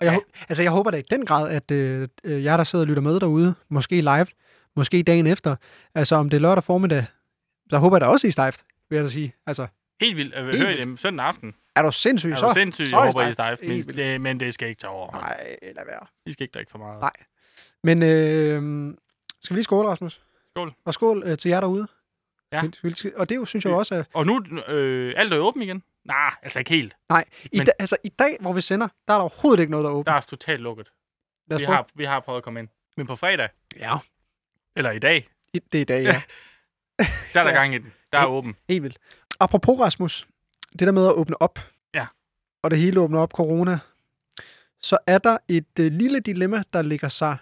jeg,
Ja.
ja. altså, jeg håber da i den grad, at øh, øh, jer, der sidder og lytter med derude, måske live, måske dagen efter, altså om det er lørdag formiddag, så håber jeg da også, I er stejft, vil jeg da sige. Altså,
helt vildt, øh,
Helt
hører I dem søndag aften.
er du sindssyg,
Er
så?
du sindssyg,
så
jeg
er I
håber, I er
stejft.
stejft, men
Helt vildt.
det, men det skal ikke tage over.
Nej, lad være.
I skal ikke drikke for meget.
Nej. Men øh, skal vi lige skåle, Rasmus?
Skål.
Og skål øh, til jer derude.
Ja.
Vil- vil- Og det er jo, synes jeg jo også, at
Og nu, øh, alt er jo åbent igen. Nej, altså ikke helt.
i,
Men-
da, altså, i dag, hvor vi sender, der er der overhovedet ikke noget, der er
Der
åbent.
er totalt lukket.
Lad os
Vi
prøve.
har, vi har prøvet at komme ind. Men på fredag,
Ja.
eller i dag,
I- Det er i dag, ja.
der er der
Ja.
gang i den. Der er åben.
Helt vildt. Apropos Rasmus, det der med at åbne op,
Ja.
og det hele åbner op corona, så er der et øh, lille dilemma, der ligger sig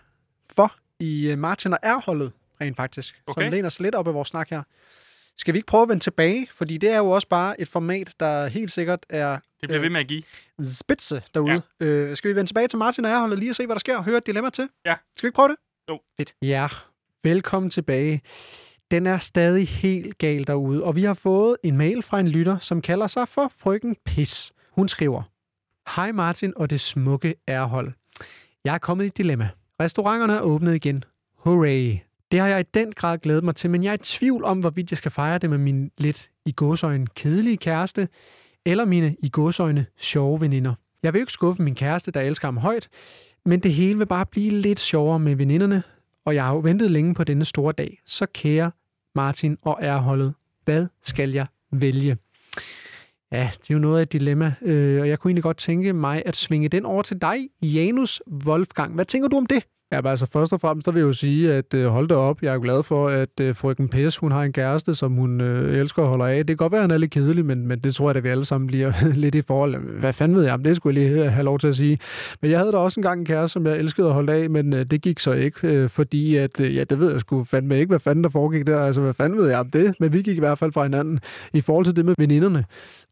for i øh, Martin og R-holdet, rent faktisk,
Okay.
som læner sig lidt op af vores snak her. Skal vi ikke prøve at vende tilbage? Fordi det er jo også bare et format, der helt sikkert er
Det bliver
Øh,
ved med at give.
spidse derude. Ja. Øh, skal vi vende tilbage til Martin og R-holdet lige og se, hvad der sker, og høre et dilemma til?
Ja.
Skal vi ikke prøve det?
Jo.
Fedt. Ja, velkommen tilbage. Den er stadig helt gal derude, og vi har fået en mail fra en lytter, som kalder sig for frøken Pis. Hun skriver, Hej Martin og det smukke ærhold. Jeg er kommet i et dilemma. Restauranterne er åbnet igen. Hooray! Det har jeg i den grad glædet mig til, men jeg er i tvivl om, hvorvidt jeg skal fejre det med min lidt i gåsøjne kedelige kæreste, eller mine i gåsøjne sjove veninder. Jeg vil jo ikke skuffe min kæreste, der elsker ham højt, men det hele vil bare blive lidt sjovere med veninderne, og jeg har jo ventet længe på denne store dag. Så kære Martin og Erholdet, hvad skal jeg vælge? Ja, det er jo noget af et dilemma, øh, og jeg kunne egentlig godt tænke mig at svinge den over til dig, Janus Wolfgang. Hvad tænker du om det? Ja, men altså først og fremmest, der vil jeg jo sige, at øh, hold da op, jeg er jo glad for, at øh, frøken Pes, hun har en kæreste, som hun øh, elsker og holder af. Det kan godt være, at han er lidt kedelig, men, men det tror jeg, at vi alle sammen bliver lidt i forhold. Hvad fanden ved jeg om det, skulle jeg lige øh, have lov til at sige. Men jeg havde da også engang en kæreste, som jeg elskede og holde af, men øh, det gik så ikke, øh, fordi at, øh, ja, det ved jeg sgu fandme ikke, hvad fanden der foregik der. Altså, hvad fanden ved jeg om det? Men vi gik i hvert fald fra hinanden i forhold til det med veninderne.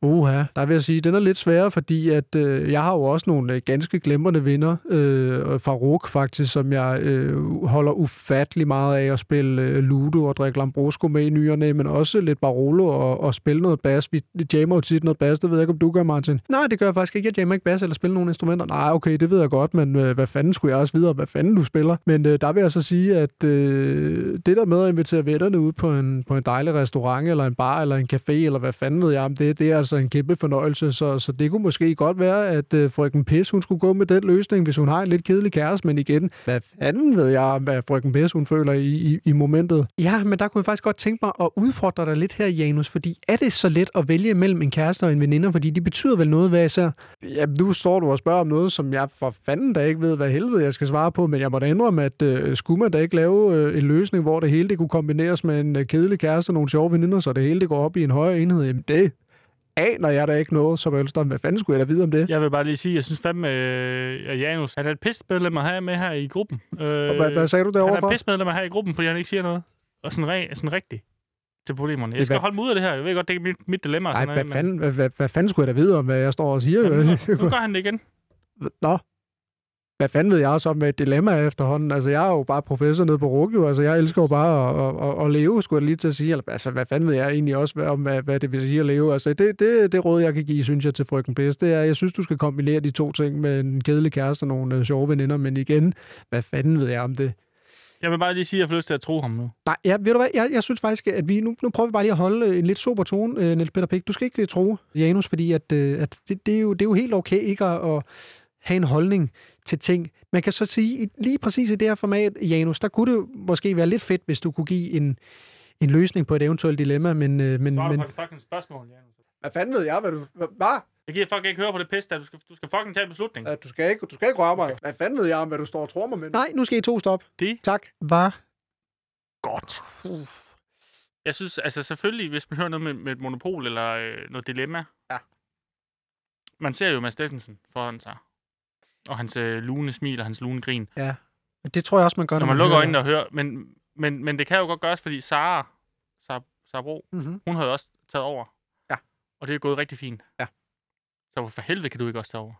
Uha, der vil jeg sige, den er lidt sværere, fordi at øh, jeg har jo også nogle øh, ganske glemrende venner øh, fra RUK faktisk, som jeg øh, holder ufattelig meget af at spille øh, Ludo og drikke Lambrosco med i nyerne, men også lidt Barolo og, og spille noget bas. Vi jammer jo tit noget bas, det ved jeg ikke, om du gør, Martin. Nej, det gør jeg faktisk ikke. Jeg jammer ikke bas eller spiller nogle instrumenter. Nej, okay, det ved jeg godt, men øh, hvad fanden skulle jeg også videre, hvad fanden du spiller? Men øh, der vil jeg så sige, at øh, det der med at invitere vennerne ud på en, på en dejlig restaurant, eller en bar, eller en café, eller hvad fanden ved jeg om det, det er altså en kæmpe fornøjelse. Så, så det kunne måske godt være, at øh, frøken Pis, hun skulle gå med den løsning, hvis hun har en lidt kedelig kæreste, men igen, hvad fanden ved jeg, om, hvad frøken Pis, hun føler i, i, i momentet. Ja, men der kunne jeg faktisk godt tænke mig at udfordre dig lidt her, Janus, fordi er det så let at vælge mellem en kæreste og en veninde, fordi de betyder vel noget hver især? Ja, nu står du og spørger om noget, som jeg for fanden da ikke ved, hvad helvede jeg skal svare på, men jeg må da indrømme, at øh, skulle man da ikke lave øh, en løsning, hvor det hele det kunne kombineres med en øh, kedelig kæreste og nogle sjove veninder, så det hele det går op i en højere enhed, jamen det aner jeg da ikke noget, som Ølster. Hvad fanden skulle jeg da vide om det?
Jeg vil bare lige sige, jeg synes fandme, øh, at Janus han er et pissmedlem at have med her i gruppen.
Og
Øh,
hvad, hvad sagde du
han
derovre
er
for?
et pissmedlem at have i gruppen, fordi han ikke siger noget. Og sådan, re- sådan rigtigt til problemerne.
Det er
Jeg skal
hvad-
holde mig ud af det her. Jeg ved godt, det er mit, mit dilemma. og
Nej,
sådan
hvad
noget, men-
fanden, hvad, hvad, hvad fanden skulle jeg da vide om, hvad jeg står og siger?
Jamen, nu, nu gør han det igen.
Nå, hvad fanden ved jeg så med et dilemma efterhånden? Altså, jeg er jo bare professor nede på RUG, jo. altså, jeg elsker jo bare at, at, at, at leve, skulle jeg lige til at sige. Eller, altså, hvad fanden ved jeg egentlig også hvad- om, hvad, hvad det vil sige at leve? Altså, det, det, det råd, jeg kan give, synes jeg, til frygten Pest, det er, jeg synes, du skal kombinere de to ting med en kedelig kæreste og nogle øh, sjove veninder, men igen, hvad fanden ved jeg om det?
Jeg vil bare lige sige, at jeg får lyst til at tro ham nu.
Nej, ja, ved du hvad, jeg, jeg synes faktisk, at vi, nu, nu prøver vi bare lige at holde øh, en lidt sober tone, øh, Niels Peter Pick. Du skal ikke øh, tro, Janus, fordi at, øh, at det, det, er jo, det er jo helt okay ikke at, at have en holdning til ting. Man kan så sige, i- lige præcis i det her format, Janus, der kunne det jo måske være lidt fedt, hvis du kunne give en, en løsning på et eventuelt dilemma, men... Øh, men,
Så har du
men
faktisk fucking spørgsmål, Janus.
hvad fanden ved jeg, hvad du... Hvad?
Jeg gider fucking ikke høre på det pis der. Du skal, du skal fucking tage en beslutning.
Du skal ikke, du skal ikke røre mig. Hvad fanden ved jeg om, hvad du står og tror mig med? Nej, nu skal I to stoppe.
Det-
Tak. Var
Godt. Jeg synes, altså selvfølgelig, hvis man hører noget med, med et monopol eller øh, noget dilemma.
Ja.
Man ser jo Mads Steffensen foran sig. Og hans øh, lune smil og hans lune grin.
Det tror jeg også, man gør,
Når man lukker
hører-
øjnene og hører. Men, men, men det kan jo godt gøres, fordi Sara, Sara, Sara Bro,
Mhm.
hun har jo også taget over.
Ja.
Og det er gået rigtig fint.
Ja.
Så hvorfor helvede kan du ikke også tage over?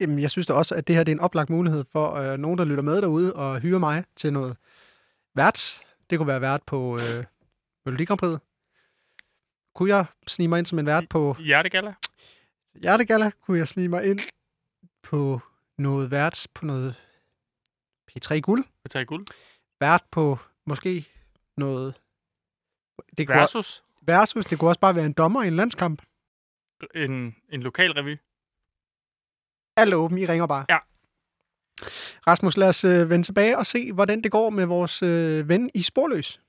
Jamen, jeg synes da også, at det her det er en oplagt mulighed for øh, nogen, der lytter med derude og hyre mig til noget vært. Det kunne være vært på øh, Melodi Grand Prix. Kunne jeg snige mig ind som en vært på
Hjertegalla?
Hjertegalla? Kunne jeg snige mig ind på noget vært på noget P3 Guld?
Vil tage guld?
Vært på måske noget... Det kunne Versus.
Versus
Også, versus. Det kunne også bare være en dommer i en landskamp.
en, en lokal revy.
Alt er åben, I ringer bare.
Ja.
Rasmus, lad os øh, vende tilbage og se, hvordan det går med vores øh, ven i Sporløs.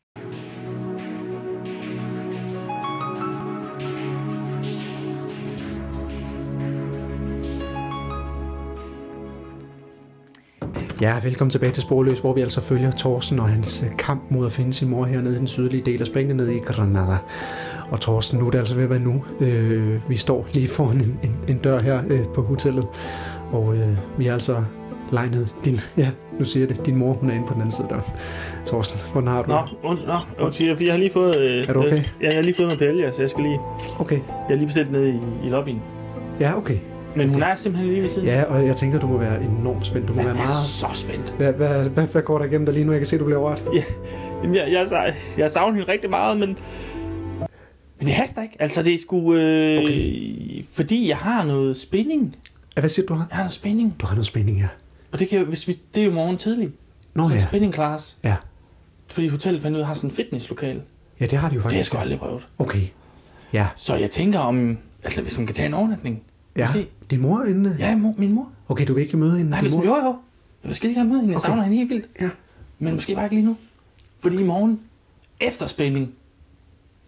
Ja, velkommen tilbage til Sporløs, hvor vi altså følger Thorsten og hans øh, kamp mod at finde sin mor hernede i den sydlige del af Spanien, nede i Granada. Og Thorsten, nu er det altså ved at være nu. Øh, vi står lige foran en, en, en dør her øh, på hotellet, og øh, vi har altså legnet din, ja, nu siger jeg det, din mor, hun er inde på den anden side af døren. Thorsten, hvordan har du
Nå,
det?
und, nå, undskyld, fordi jeg har lige fået... Øh,
Er du okay?
Øh, ja, jeg har lige fået noget pælge, så jeg skal lige...
Okay,
Jeg har lige bestilt ned i, i lobbyen.
ja, okay.
Men hun er simpelthen lige ved siden.
Ja, og jeg tænker, du må være enormt spændt. Du må
jeg
være
er
meget...
så spændt.
Hvad, hvad, hvad, hvad går der igennem dig lige nu? Jeg kan se, du bliver rørt.
Jamen, jeg, jeg, jeg, jeg savner hende rigtig meget, men... Men det haster ikke. Altså, det er sgu... Øh, okay. Fordi jeg har noget spænding.
Ja, Hvad siger du, du har?
Jeg har noget spænding.
Du har noget spænding her.
Og det, kan, jeg- hvis vi, det er jo morgen tidlig.
Nå
så er
ja.
det spinning class.
Ja.
Fordi hotellet fandt ud af, at har sådan en fitnesslokale.
ja, det har de jo
Det har jeg
faktisk.
sgu aldrig prøvet.
Okay. Ja,
Så jeg tænker om... Altså, hvis hun kan tage en overnatning.
ja.
Måske.
Din mor er inde?
Ja, mor, min mor.
Okay, du vil ikke møde hende?
Nej,
din
hvis
mor?
hun, jo, jo. Jeg vil skide gerne med hende. Jeg savner hende helt vildt.
Ja.
Men måske bare ikke lige nu. Fordi i morgen, efter spænding,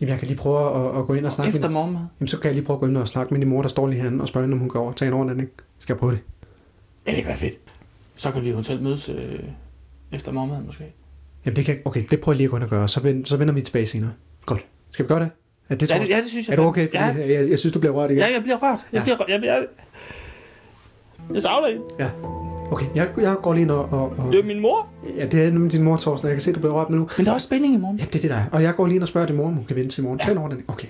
Jamen, jeg kan lige prøve at, at gå ind og snakke
efter
med
morgenmad.
Jamen, så kan jeg lige prøve at gå ind og snakke med din mor, der står lige herinde og spørge hende, om hun går over og tager en overnatning. Skal jeg prøve det?
Ja, det kan være fedt. Så kan vi eventuelt mødes øh, efter morgenmaden måske.
Jamen, det kan, okay, det prøver jeg lige at gå ind og gøre, så, vend, så vender vi tilbage senere. Godt. Skal vi gøre det? Er, det,
Ja,
ja,
det, ja, det synes jeg.
er du
fandme-
okay? Fordi
Ja,
jeg, jeg, jeg, synes, du bliver rørt igen.
ja, jeg bliver rørt. Jeg
Ja.
bliver rørt. Jeg, jeg, jeg savner hende.
Okay, jeg, jeg går lige ind og... og, og
Det er min mor.
ja, det er nemlig din mor, Torsten, og jeg kan se, du bliver rørt med nu.
Men der er også spænding i morgen.
Ja, det er det, der er. Og jeg går lige ind og spørger din mor, om hun kan vente til i morgen. Tag en ordentlig. Okay.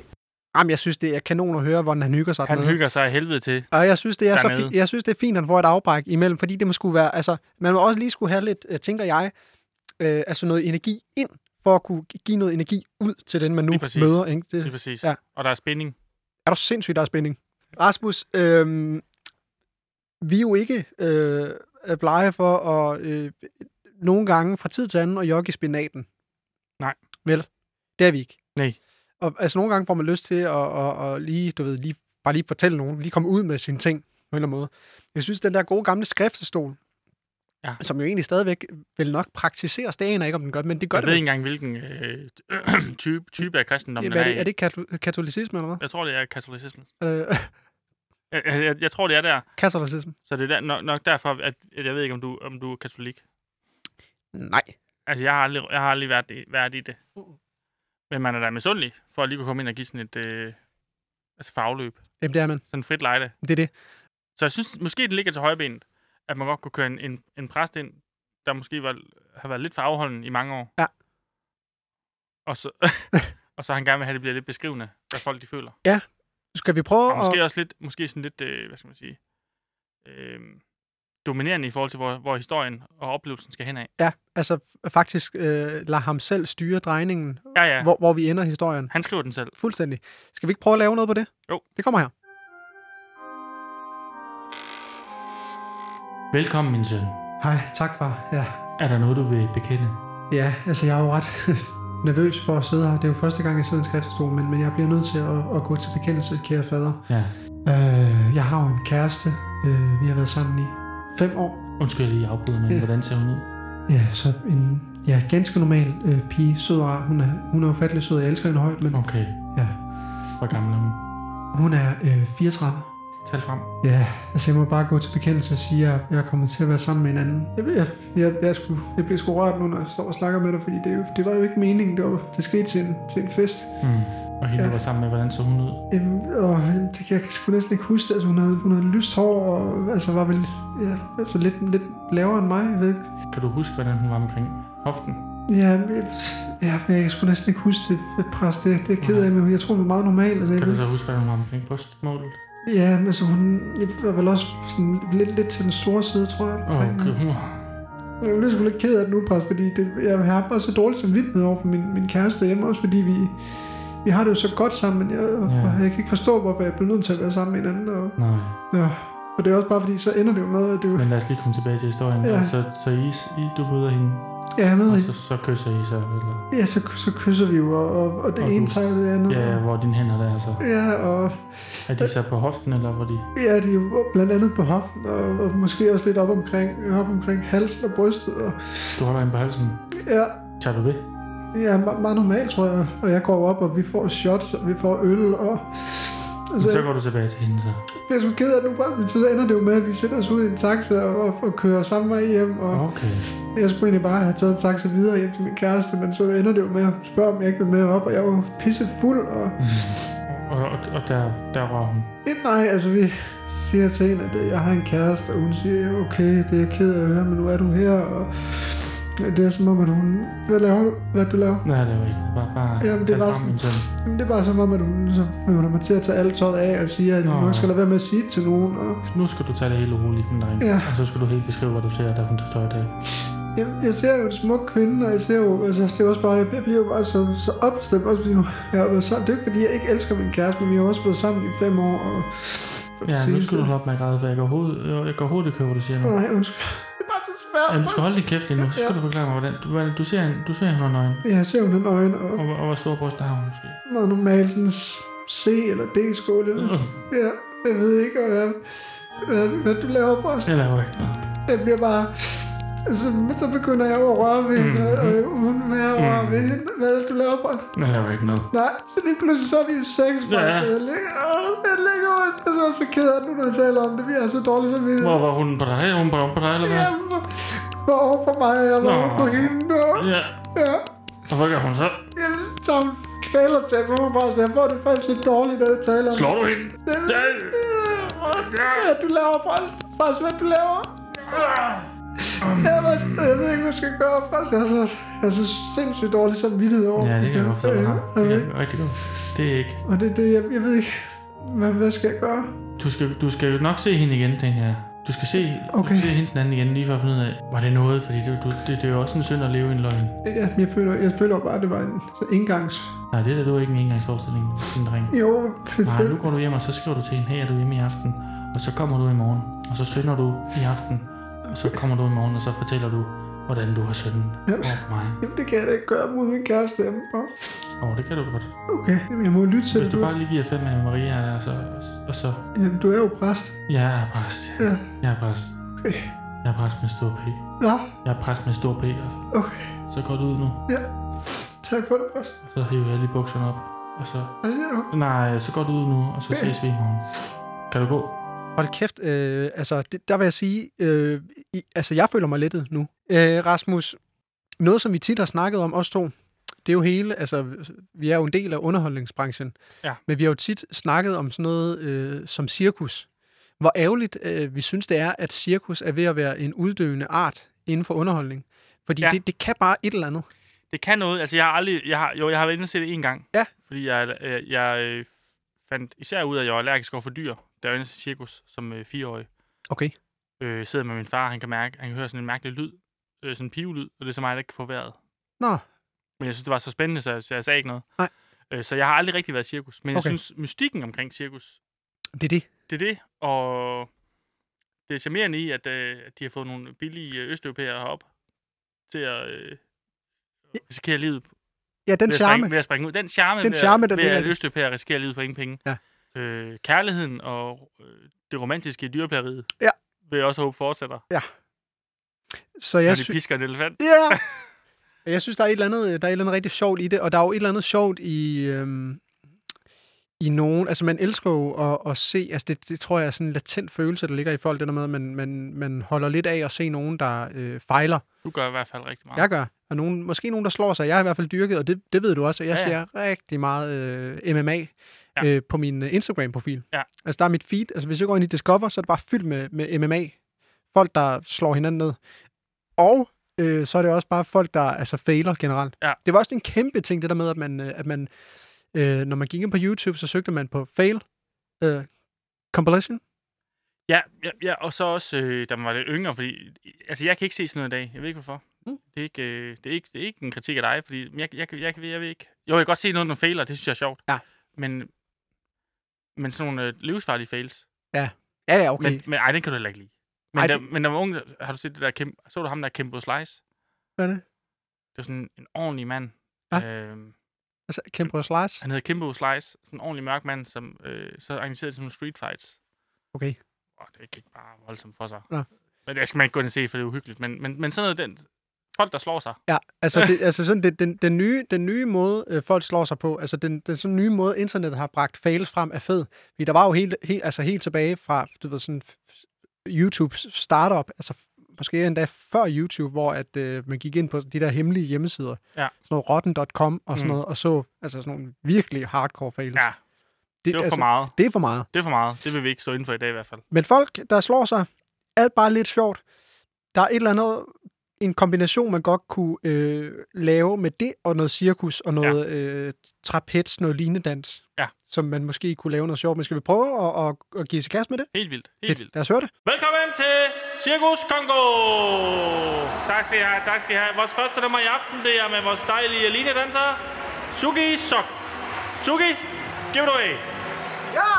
Jamen, jeg synes, det er kanon at høre, hvordan han hygger sig.
Han
dernede.
hygger sig af helvede til.
Og jeg synes, det er, så
Dernede.
fint, jeg synes, det er fint, at han får et afbræk imellem, fordi det må skulle være, altså, man må også lige skulle have lidt, øh, tænker jeg, øh, altså noget energi ind, for at kunne give noget energi ud til den, man nu
Lige præcis.
møder. Ikke? Det,
Det er præcis.
Ja.
Ja. Og der er spænding.
er du sindssygt, der er spænding. Rasmus, øh, vi er jo ikke øh, er blege for at øh, nogle gange fra tid til anden at jogge i spinaten.
Nej.
Vel, det er vi ikke.
Nej.
Og, altså nogle gange får man lyst til at, at, at lige, du ved, lige, bare lige fortælle nogen, lige komme ud med sine ting på en eller anden måde. Jeg synes, den der gode gamle skriftestol,
Ja.
som jo egentlig stadigvæk vel nok praktiseres, det aner jeg ikke, om den gør det, men det gør
Jeg
det
ved
vel.
ikke engang, hvilken øh, type, type af kristendom den
Jamen, er, det,
i.
er det katol- katolicisme eller
Jeg tror, det er katolicisme.
hvad? Øh,
Jeg, jeg, jeg, jeg tror, det er der.
katolicisme?
Så det er der, nok, nok derfor, at at jeg ved ikke, om du, om du er katolik.
Nej.
Altså, jeg har aldrig, jeg har aldrig været, i- været i det. Men man er da misundelig, for at lige kunne komme ind og give sådan et øh, altså fagløb.
Jamen, det er man.
Sådan frit lejde.
Det er det.
Så jeg synes, måske det ligger til højbenet, at man godt kunne køre en, en, en præst ind, der måske var, har været lidt for afholden i mange år.
Ja.
Og så, og så han gerne vil have, at det bliver lidt beskrivende, hvad folk de føler.
Skal vi prøve
Og måske
at...
også lidt, måske sådan lidt, øh, hvad skal man sige, øh, dominerende i forhold til, hvor, hvor historien og oplevelsen skal hen af.
Ja, altså f- faktisk øh, lade ham selv styre drejningen,
Ja, ja.
ja. hvor, hvor vi ender historien.
Han skriver den selv.
Fuldstændig. Skal vi ikke prøve at lave noget på det?
Jo.
Det kommer her.
Velkommen, min søn.
Hej, tak far. Ja,
Er der noget, du vil bekende?
ja altså jeg er jo ret nervøs for at sidde her. Det er jo første gang, jeg sidder i en skriftestol, men, men jeg bliver nødt til at, at gå til bekendelse, kære fader.
Ja.
Øh, jeg har jo en kæreste. Øh, vi har været sammen i fem år.
Undskyld, jeg lige afbryder, men
Ja.
hvordan ser hun ud?
Ja, så en ja, ganske normal øh, pige. Sød og rar. Hun er, hun er ufattelig sød. Jeg elsker hende højt, men
Okay,
ja,
hvor gammel er hun?
hun er øh, 34.
Tal frem.
Ja, altså jeg må bare gå til bekendelse og sige, at jeg kommer til at være sammen med en anden. Jeg, jeg, jeg, jeg, sku, jeg bliver sgu rørt nu, når jeg står og snakker med dig, fordi det, er jo- det var jo ikke meningen. Det, var, det skete til en, til en fest.
Mm. Og hende, du
Ja.
var sammen med, hvordan så hun ud?
Øhm, og øhm, det, kan- jeg kan sgu næsten ikke huske det. Altså, hun, havde, hun havde lyst hår, og altså, var vel ja, altså, lidt, lidt lavere end mig. Jeg ved ikke.
Kan du huske, hvordan hun var omkring hoften?
Ja, jeg, ja, men jeg kan sgu næsten ikke huske det, pres. Det, det er jeg ked af, men jeg tror, hun var meget normal. Altså, jeg
Kan
ved
du så huske, hvordan hun var omkring brystmålet?
Ja, men altså, hun var vel også sådan, lidt, lidt til den store side, tror jeg.
Okay, hun
Jeg bliver sgu lidt ked af det nu, Pras, fordi det, jeg har bare så dårlig samvittighed over for min, min kæreste hjemme, også fordi vi, vi har det jo så godt sammen, men jeg, ja.
Ja.
jeg kan ikke forstå, hvorfor jeg bliver nødt til at være sammen med hinanden. Og,
Nej,
ja. og det er også bare fordi, så ender det jo med, at det jo...
men lad os lige komme tilbage til historien.
Ja.
Ja. Så, så I, I, du møder hende,
Ja, jeg ved
og
ikke.
så, så kysser I så, eller?
Ja, så, så kysser vi jo, og, og, og det
Og
ene
du-
tager jo det andet.
Ja, hvor er dine hænder der, altså.
Ja, og
Er de så på hoften, eller hvor er de...
ja, det er jo blandt andet på hoften, og, og måske også lidt op omkring, op omkring halsen og brystet. Og,
Du holder hende på halsen.
ja,
Tager du ved?
ja, me- meget normalt, tror jeg. Og jeg går jo op, og vi får shots, og vi får øl, og... Altså,
Men så går du tilbage til hende, så.
bliver sgu ked af det nu, bare, men så ender det jo med, at vi sætter os ud i en taxa og, og, og kører samme vej hjem, og
Okay.
jeg skulle egentlig bare have taget en taxa videre hjem til min kæreste, men så ender det jo med at spørge, om jeg ikke vil med op, og jeg var pissefuld, og
Og, og, og der, der rører hun.
et nej, altså vi siger til hende, at øh, jeg har en kæreste, og hun siger, okay, det er jeg ked af at høre, men nu er du her, og det er som om, at hun, hvad laver du, hvad du laver?
Nej, det var ikke. Bare, bare
Jamen, det
tal
var
frem,
sådan-
min søn.
Jamen, det er bare som om, at hun, så vil hun have mig til at tage alt tøjet af og siger, at hun
Nå.
nok skal lade være med at sige det til nogen, og
Nu skal du tage det hele roligt, min dreng.
Ja.
Og så skal du helt beskrive, hvad du ser, da hun tager tøjet af.
Jeg, jeg ser jo en smuk kvinde, og jeg ser jo, altså, det er også bare, jeg bliver jo bare så, så opstemt, også fordi nu, jeg har været sammen. Det er jo ikke, fordi jeg ikke elsker min kæreste, men vi har jo også været sammen i fem år, og...
Ja, nu skal du holde op med at græde, for jeg går hovedet, jeg går hovedet i køb, hvad du siger nu.
Nej, undskyld. Det er bare så svært.
Ja, du skal holde din kæft lige nu, så skal
Ja.
du forklare mig, hvordan du, hvordan, du ser, hende- du ser hende under nøgen.
Ja, jeg ser jo den øjne, og
Og, og hvor store bryster har hun måske?
meget normalt sådan s- C eller D-skål. eller-
Øh,
Ja, jeg ved ikke, hvad, hvad, hvad du laver, Brøst.
Jeg laver ikke noget.
Jeg bliver bare... altså, Så, så begynder jeg jo at røre ved hende,
Mm-hmm.
og hun vil at
Mm.
røre ved hende. Hvad er det, du laver, Brøns?
Jeg laver ikke noget.
Nej, så lige pludselig så er vi jo seks, Brøns.
Ja.
Ja. Jeg ligger, åh, jeg ligger ondt. Jeg er så ked af det nu, når jeg taler om det. Vi er så dårlige som vi
Hvor var hun på dig? Hun var på dig, eller hvad?
Jeg var- var over på mig, jeg var
Nå.
over på hende. Og,
Ja.
ja.
Og hvad gør hun så?
Jeg tager en kvæler til på mig, Brøns. Jeg får det faktisk lidt dårligt, når jeg taler om
Slår du hende?
det.
Ja.
Hvad du laver, Frans? Frans, hvad du laver? Jeg, var, jeg ved ikke, hvad jeg skal gøre, Frans. Jeg er så, jeg er så sindssygt dårlig samvittighed over.
Ja, det kan jeg godt forstå, du har.
Jeg
Det
ved
kan
ikke.
jeg rigtig godt. Det er ikke.
Og det er det, jeg, jeg ved ikke, hvad, hvad skal jeg gøre?
Du skal, du skal jo nok se hende igen, tænker jeg. Du skal se, okay. du
Okay.
skal se hende den anden igen, lige for at finde ud af, var det noget? Fordi det, du, det, det er jo også en synd at leve i en løgn.
Ja, men jeg føler, jeg føler bare, at det var en så engangs...
Nej, det er da du ikke en engangsforestilling, din dreng.
Jo,
Nej, nu
selvfølgelig.
går du hjem, og så skriver du til hende, hey, er du hjemme i aften? Og så kommer du i morgen, og så synder du i aften. Og så kommer du i morgen, og så fortæller du, hvordan du har syndet
Ja.
over mig.
Jamen, det kan jeg da ikke gøre mod min kæreste hjemme, Frans.
Åh, det kan du godt.
Okay, jamen, jeg må lytte til
Hvis
det.
du bare lige giver fem af Maria, og så, og så
Jamen, du er jo præst.
jeg er præst.
Ja,
Jeg er præst.
okay.
Jeg er præst med stor P.
Ja,
Jeg er præst med stor P i hvert fald.
okay.
Så går du ud nu.
Ja. Tak for det, præst.
Og så hiver jeg lige bukserne op. Og så...
Hvad siger du?
Nej, så går du ud nu, og så ses vi i morgen. Kan du gå?
Hold kæft, øh, altså, det, der vil jeg sige, øh, i, altså, jeg føler mig lettet nu. Øh, Rasmus, noget som vi tit har snakket om, os to, det er jo hele, altså, vi er jo en del af underholdningsbranchen,
Ja.
men vi har jo tit snakket om sådan noget øh, som cirkus. Hvor ærgerligt øh, vi synes, det er, at cirkus er ved at være en uddøende art inden for underholdning. Fordi
Ja.
ja. det, det kan bare et eller andet.
Det kan noget. Altså, jeg har aldrig... Jeg har, jo, jeg har været inde og se det en gang.
Ja.
Fordi jeg, jeg, jeg øh, fandt især ud af, at jeg var allergisk over for dyr. Da jeg var inde til cirkus som øh, fireårig.
Okay.
Øh, sidder med min far, han kan mærke, han kan høre sådan en mærkelig lyd. Øh, sådan en pivelyd, og det er så mig, der ikke kan få vejret.
Nå,
Men jeg synes, det var så spændende, så jeg, så jeg sagde ikke noget.
Nej.
Øh, så jeg har aldrig rigtig været i cirkus. Men okay. jeg
Okay.
synes, mystikken omkring cirkus
det er det.
det er det, og det er charmerende i, at øh, at de har fået nogle billige øh, østeuropæere herop til at øh, risikere livet
Ja, den
ved, at springe,
charme.
ved at springe ud. Den charme,
Den
ved,
charme, der
at, ved
ligger
at
i det.
østeuropæere risikerer livet for ingen penge.
Ja.
Øh, kærligheden og øh, det romantiske i dyreplageriet
Ja.
vil jeg også håbe fortsætter,
Så
når
jeg
de
sy-
pisker en elefant.
Ja! Jeg synes, der er, et eller andet, øh, der er et eller andet rigtig sjovt i det, og der er jo et eller andet sjovt i, øhm, i nogen... Altså, man elsker jo at, at se... Altså, det, det tror jeg er sådan en latent følelse, der ligger i folk, det der med, at man, man, man holder lidt af at se nogen, der øh, fejler.
Du gør i hvert fald rigtig meget.
Jeg gør. Og nogen, måske nogen, der slår sig. Jeg har i hvert fald dyrket, og det, det ved du også. at Jeg
Ja,
ja,
ja.
ja. ser rigtig meget øh, MMA
Ja.
ja. øh, på min øh, Instagram-profil.
Ja.
Altså, der er mit feed. Altså, hvis jeg går ind i Discover, så er det bare fyldt med, med MMA. Folk, der slår hinanden ned. Og øh, så er det også bare folk, der altså fejler generelt.
Ja.
Det var også en kæmpe ting, det der med, at man, øh, at man øh, når man gik ind på YouTube, så søgte man på fail øh, compilation.
Ja, ja, ja, og så også, øh, da man var lidt yngre, fordi, altså jeg kan ikke se sådan noget i dag, jeg ved ikke hvorfor. Mm.
Mm.
Det, er ikke, øh, det, er ikke, det er ikke en kritik af dig, fordi jeg, jeg, jeg, jeg, jeg, jeg ved ikke. Jo, jeg kan godt se noget, der fejler, det synes jeg er sjovt.
Ja.
Men, men sådan nogle øh, livsfarlige fails.
Ja, ja,
Okay. Men, men ej, den kan du heller ikke lide. Men,
Ej,
der,
det-
men der var unge, der- har du set det der kæmpe, så du ham der kæmpe slice?
Hvad er det?
Det var sådan en ordentlig mand.
Ja.
Øhm,
Altså, kæmpe på slice.
han hedder Kimbo Slice, sådan en ordentlig mørk mand, som øh, så arrangerede sådan nogle street fights.
Okay.
Åh, det gik bare voldsomt for sig.
Nå.
Men det skal man ikke gå ind og se, for det er uhyggeligt. Men, men, men sådan noget, den, folk, der slår sig.
Ja, altså, det, altså sådan det, den, den, nye, den nye måde, øh, folk slår sig på, altså den, den sådan nye måde, internettet har bragt fails frem, er fed. Fordi der var jo helt, helt, altså helt tilbage fra, du ved, sådan YouTubes startup, altså f- måske endda før YouTube, hvor at, øh, man gik ind på de der hemmelige hjemmesider,
Ja.
sådan noget rotten.com og sådan
Mm.
noget, og så altså sådan nogle virkelig hardcore fails.
Ja, det var
altså,
for meget.
Det er for meget.
Det er for meget. Det vil vi ikke stå inden for i dag i hvert fald.
Men folk, der slår sig, er bare lidt sjovt. Der er et eller andet, en kombination, man godt kunne øh, lave med det, og noget cirkus, og noget ja. øh, trapez, noget linedans,
Ja.
som man måske kunne lave noget sjovt. Men skal vi prøve at, at, at give sig kast med det?
Helt vildt. Helt vildt.
Lad os høre det.
Velkommen til Cirkus Kongo! Tak skal I have, tak skal I have. Vores første nummer i aften, det er med vores dejlige linedanser, Suki Sok. Suki, give it away.
Ja!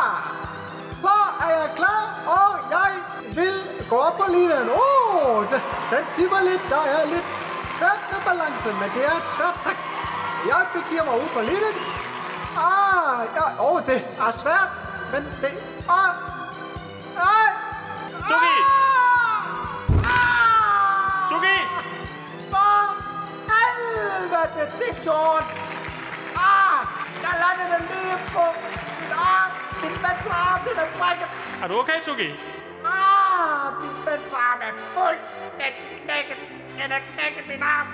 Så er jeg klar, og jeg vil gå op på linjen. Åh, oh, den tipper lidt. Der er lidt svært med balancen, men det er et svært tak. Jeg begiver mig ud på linjen. Ah, ja, åh, oh, det er svært, men det er... Ah, ah,
Suki!
ah,
Suki!
at det, det gjorde ondt. Ah, der landede den lige på min arm. Min venstre arm, den er brækket.
Er du okay, Suki?
Ah, min venstre arm er fuldt. Den er knækket. Den er knækket, min arm.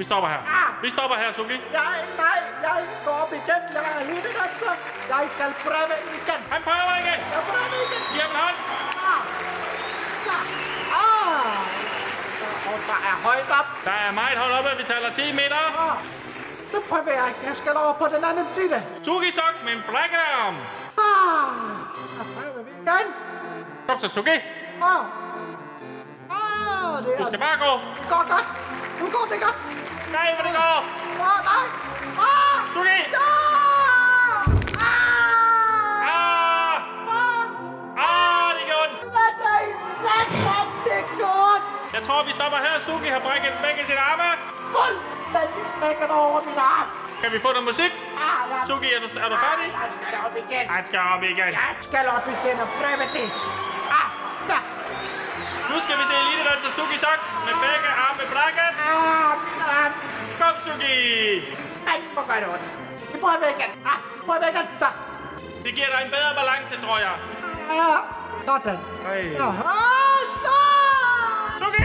Vi stopper her.
Ah!
Vi stopper her, Suki.
Jeg, nej, jeg går op igen. Jeg er lige nok så. Jeg skal prøve igen.
Han prøver igen.
Jeg prøver igen.
Giv ham en hånd.
Ah. Ah. Oh, eh, Og der er højt op.
Der er meget hold oppe. Vi taler 10 meter.
Ah. Så prøver jeg. Jeg skal over på den anden side.
Suki sok med en brækket arm.
Ah. Så prøver vi igen.
Kom så, Suki.
Ah. Ah, det er
Du skal bare gå.
Det går godt. Nu går det godt.
Nej, hvor det går.
Ah, nej. Ah.
Suki.
Ah. Ah.
Ah! Ah, det gjorde ondt.
Hvad der i satan, det gjorde
Jeg tror, vi stopper her. Suki har brækket begge sine arme.
fuldstændig knækket over min arm.
Kan vi få noget musik?
Ah, jeg,
Suki, er du, er du
ah,
færdig?
jeg skal op igen.
Han skal op igen.
Jeg skal op igen og prøve det. Ah, så.
Nu skal vi se elitedanser Suki Sok med begge arme brækket.
Ah, ah,
Kom, Suki!
nej, hvor gør det ondt. Vi prøver igen. Ah, prøv igen, så.
Det giver dig en bedre balance, tror jeg.
Ah, sådan.
Hey.
Ah, stop!
Suki!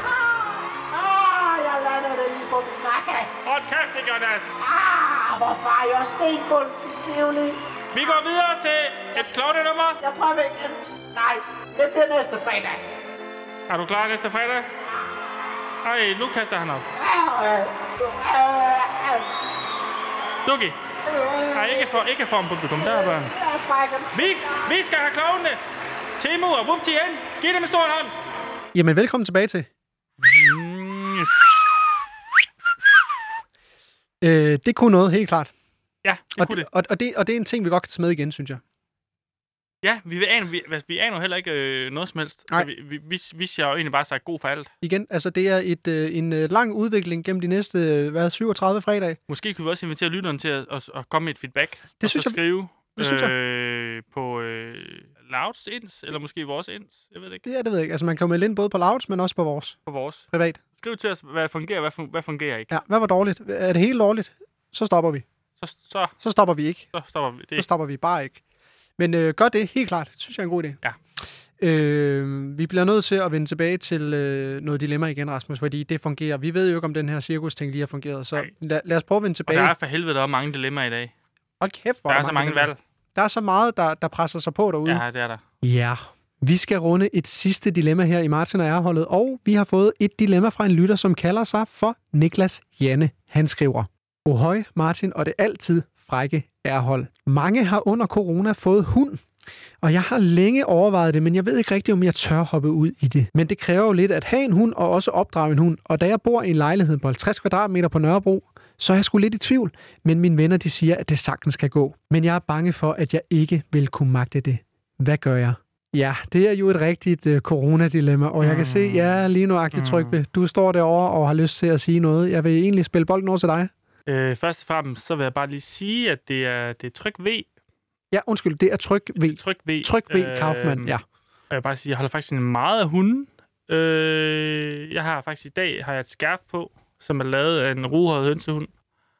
Ah, ah, jeg landede lige på min nakke.
Hold kæft, det altså. gør nas.
Ah, hvorfor er jeg stenbund i Tivoli?
Vi går videre til et klovnenummer.
Jeg prøver igen. Nej, det bliver næste fredag.
Er du klar næste fredag? Ej, nu kaster han op.
Ah, ah, ah.
Suki, ej, ikke for, ikke for en publikum. Der er børn.
Jeg brækker den.
Vi, vi skal have klovnene! Timo og Wupti ind! Giv dem en stor hånd!
Jamen, velkommen tilbage til.
Mm,
Øh, det kunne noget, helt klart.
Ja, det
Og
kunne det.
Og, og, det, og det er en ting, vi godt kan tage med igen, synes jeg.
Ja, vi, vil aner, vi, altså, vi aner jo heller ikke øh, noget som helst.
Nej.
Så vi, vi, vi, vi siger jo egentlig bare sagt god for alt.
Igen, altså det er et, øh, en øh, lang udvikling gennem de næste øh, hvad, 37 fredag.
Måske kunne vi også invitere lytteren til at, at, at komme med et feedback. Det og
synes
så
jeg-
skrive
det synes jeg.
øh, på øh, Louds ins, eller måske vores ins. Jeg ved det ikke.
Det er det, ved jeg ikke. Altså man kan jo melde ind både på Louds, men også på vores
På vores.
privat.
Skriv til os, hvad fungerer, hvad, fun- hvad fungerer ikke.
Ja, hvad var dårligt? Er det helt dårligt? Så stopper vi.
Så, så,
Så stopper vi ikke.
så stopper vi
Så
det.
stopper vi bare ikke. Men øh, gør det, helt klart. Det synes jeg er en god idé.
Ja.
Øh, vi bliver nødt til at vende tilbage til øh, noget dilemma igen, Rasmus, fordi det fungerer. Vi ved jo ikke, om den her cirkus-ting lige har fungeret, så
Nej.
lad, lad os prøve at vende
Og
tilbage.
der er for helvede der er mange dilemmaer i dag.
Hold kæft, hvor
Der er så mange
dilemmaer.
valg.
Der er så meget, der, der presser sig på derude.
Ja, det er der.
Ja, vi skal runde et sidste dilemma her i Martin og jeg-holdet, og vi har fået et dilemma fra en lytter, som kalder sig for Niklas Janne. Han skriver, Ohøj, Martin og det altid frække ærhold. Mange har under corona fået hund, og jeg har længe overvejet det, men jeg ved ikke rigtigt, om jeg tør hoppe ud i det. Men det kræver jo lidt at have en hund og også opdrage en hund, og da jeg bor i en lejlighed på 50 kvadratmeter på Nørrebro, så er jeg sgu lidt i tvivl, men mine venner de siger, at det sagtens kan gå. Men jeg er bange for, at jeg ikke vil kunne magte det. Hvad gør jeg? Ja, det er jo et rigtigt øh, coronadilemma, og jeg kan se, ja, lige nuagtigt, Trygve, du står derovre og har lyst til at sige noget. Jeg vil egentlig spille bolden over til dig.
Øh, først og fremmest, så vil jeg bare lige sige, at det er, det er tryk V.
Ja, undskyld, det er Tryg V.
Tryk V.
Tryg V, Kaufmann, ja.
øh, Og Jeg vil bare sige, jeg holder faktisk en meget af hunden. Øh, jeg har faktisk i dag har jeg et skærf på, som er lavet af en ruhåret hønsehund.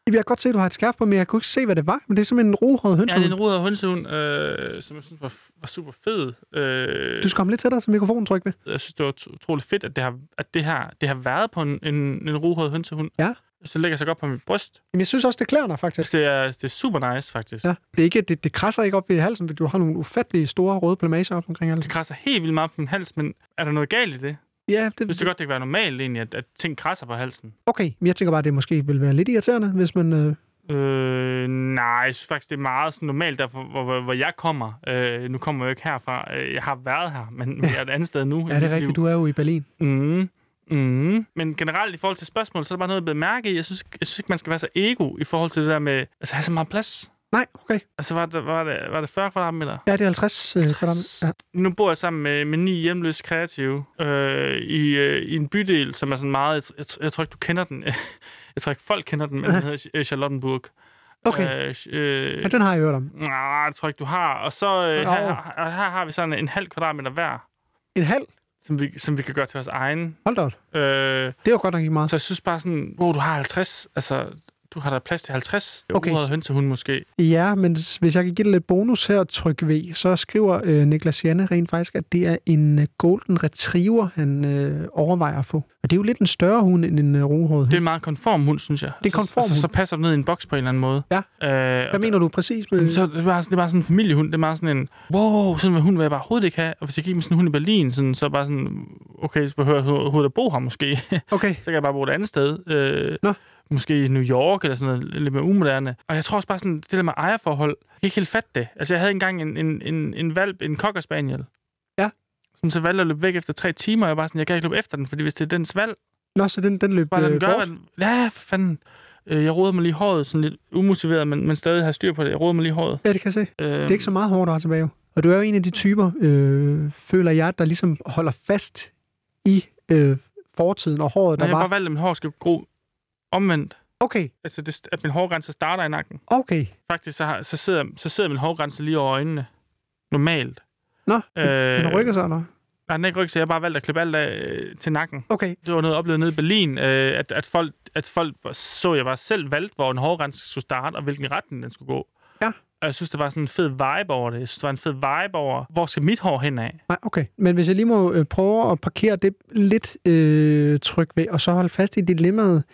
Jeg kan godt se, at du har et skærf på, men jeg kunne ikke se, hvad det var. Men det er simpelthen en rohåret høns.
Ja, det er en ruhåret hønsehund, øh, som jeg synes var, var super fed. Øh,
Du skal komme lidt tættere til mikrofonen, Trygve.
Jeg synes, det var ut- utroligt fedt, at det har, at det her, det har været på en, en, en ruhåret hønsehund.
Ja.
Jeg synes, det lægger sig godt på mit bryst.
Jamen, jeg synes også, det klæder dig,
Jeg
faktisk.
synes, det er, det er super nice, faktisk.
Ja, det, er ikke, det, det krasser ikke op ved halsen, fordi du har nogle ufattelige store røde plamager op omkring halsen.
Det krasser helt vildt meget på min hals, men er der noget galt i det?
Ja,
Jeg synes
det,
det godt, det kan være normalt egentlig, at, at ting krasser på halsen.
okay. Men jeg tænker bare, at det måske vil være lidt irriterende, hvis man... Øh,
Øh, nej, jeg synes faktisk, det er meget sådan normalt, der, hvor, hvor, hvor jeg kommer. Øh, nu kommer jeg jo ikke herfra. Øh, Jeg har været her, men, men jeg er et andet sted nu. i
er det
mit
rigtigt?
liv.
Du er jo i Berlin.
Mm. Mm. Men generelt i forhold til spørgsmål, så er der bare noget, jeg blev mærke i. Jeg synes, jeg synes ikke, man skal være så ego i forhold til det der med altså, have så meget plads.
Nej, okay.
Altså, var det, var det, var det 40 kvadratmeter?
Ja, det er øh, 50. 50.
60. Nu bor jeg sammen med, med ni hjemløse kreative øh, i, øh, i en bydel, som er sådan meget... Jeg, jeg, jeg tror ikke, du kender den. jeg tror ikke, folk kender den, men den hedder øh, Charlottenburg.
Okay.
Øh, øh,
Ja, den har jeg hørt om.
Nej, det tror jeg ikke, du har. Og så øh,
Jo.
her, her, her har vi sådan en halv kvadratmeter hver.
En halv?
som vi, som vi kan gøre til vores egen.
Hold da op.
Øh,
Det var godt nok ikke meget.
så jeg synes bare sådan, hvor wow, du har 50, altså du har da plads til 50
Okay.
okay. urede hønsehunde måske.
Ja, men s- hvis jeg kan give det lidt bonus her, tryk V, så skriver øh, Niklas Janne rent faktisk, at det er en øh, golden retriever, han øh, overvejer at få. Og det er jo lidt en større hund end en øh, rohåret.
Det er
Det,
en meget konform hund, synes jeg.
Det er konform
altså,
hund.
altså, så passer den ned i en boks på en eller anden måde.
Ja.
Øh,
Hvad mener du præcis? Med,
Jamen, så er det bare, det er bare sådan en familiehund. Det er bare sådan en, wow, sådan en hund vil jeg bare overhovedet ikke have. Og hvis jeg gik med sådan en hund i Berlin, sådan, så er jeg bare sådan, okay, så behøver jeg overhovedet at bo her måske.
okay,
så kan jeg bare bo et andet sted. Øh,
Nå.
Måske i New York eller sådan noget, lidt mere umoderne. Og jeg tror også bare sådan, det der med ejerforhold, jeg kan ikke helt fatte det. Altså jeg havde engang en, en, en, en valp, en cocker spaniel.
Ja.
Som så valgte at løbe væk efter tre timer, og jeg var bare sådan, jeg kan ikke løbe efter den, fordi hvis det er dens valg,
nå, så den, den løb
bare lad
øh,
den gøre,
bort.
hvad den... Ja, for fanden. Øh, Jeg roder mig lige i håret, sådan lidt umotiveret, men, men stadig har styr på det. Jeg roder mig lige i håret.
Ja, det kan jeg se.
Øh,
Det er ikke så meget hårdt, der er tilbage. jo. Og du er jo en af de typer, øh, føler jeg, der ligesom holder fast i øh, fortiden og håret,
Nej,
der
jeg har
var.
bare valgt, at min hår skal gro omvendt.
Okay,
Altså, det, at min hårgrænse starter i nakken.
okay.
Faktisk, så, har, så, sidder, så sidder min hårgrænse lige over øjnene. Normalt.
Nå,
øh,
Den rykker sig, eller?
Nej, den er ikke rykket, så jeg har bare valgt at klippe alt af øh, til nakken.
Okay,
Det var noget, jeg oplevede nede i Berlin, øh, at, at, folk, at folk så, jeg bare selv valgte, hvor en hårgrænse skulle starte, og hvilken retning den skulle gå.
Ja.
Og jeg synes, der var sådan en fed vibe over det. Jeg synes, der var en fed vibe over, hvor skal mit hår hen af?
nej, okay. Men hvis jeg lige må øh, prøve at parkere det lidt øh, tryk ved, og så holde fast i dilemmaet.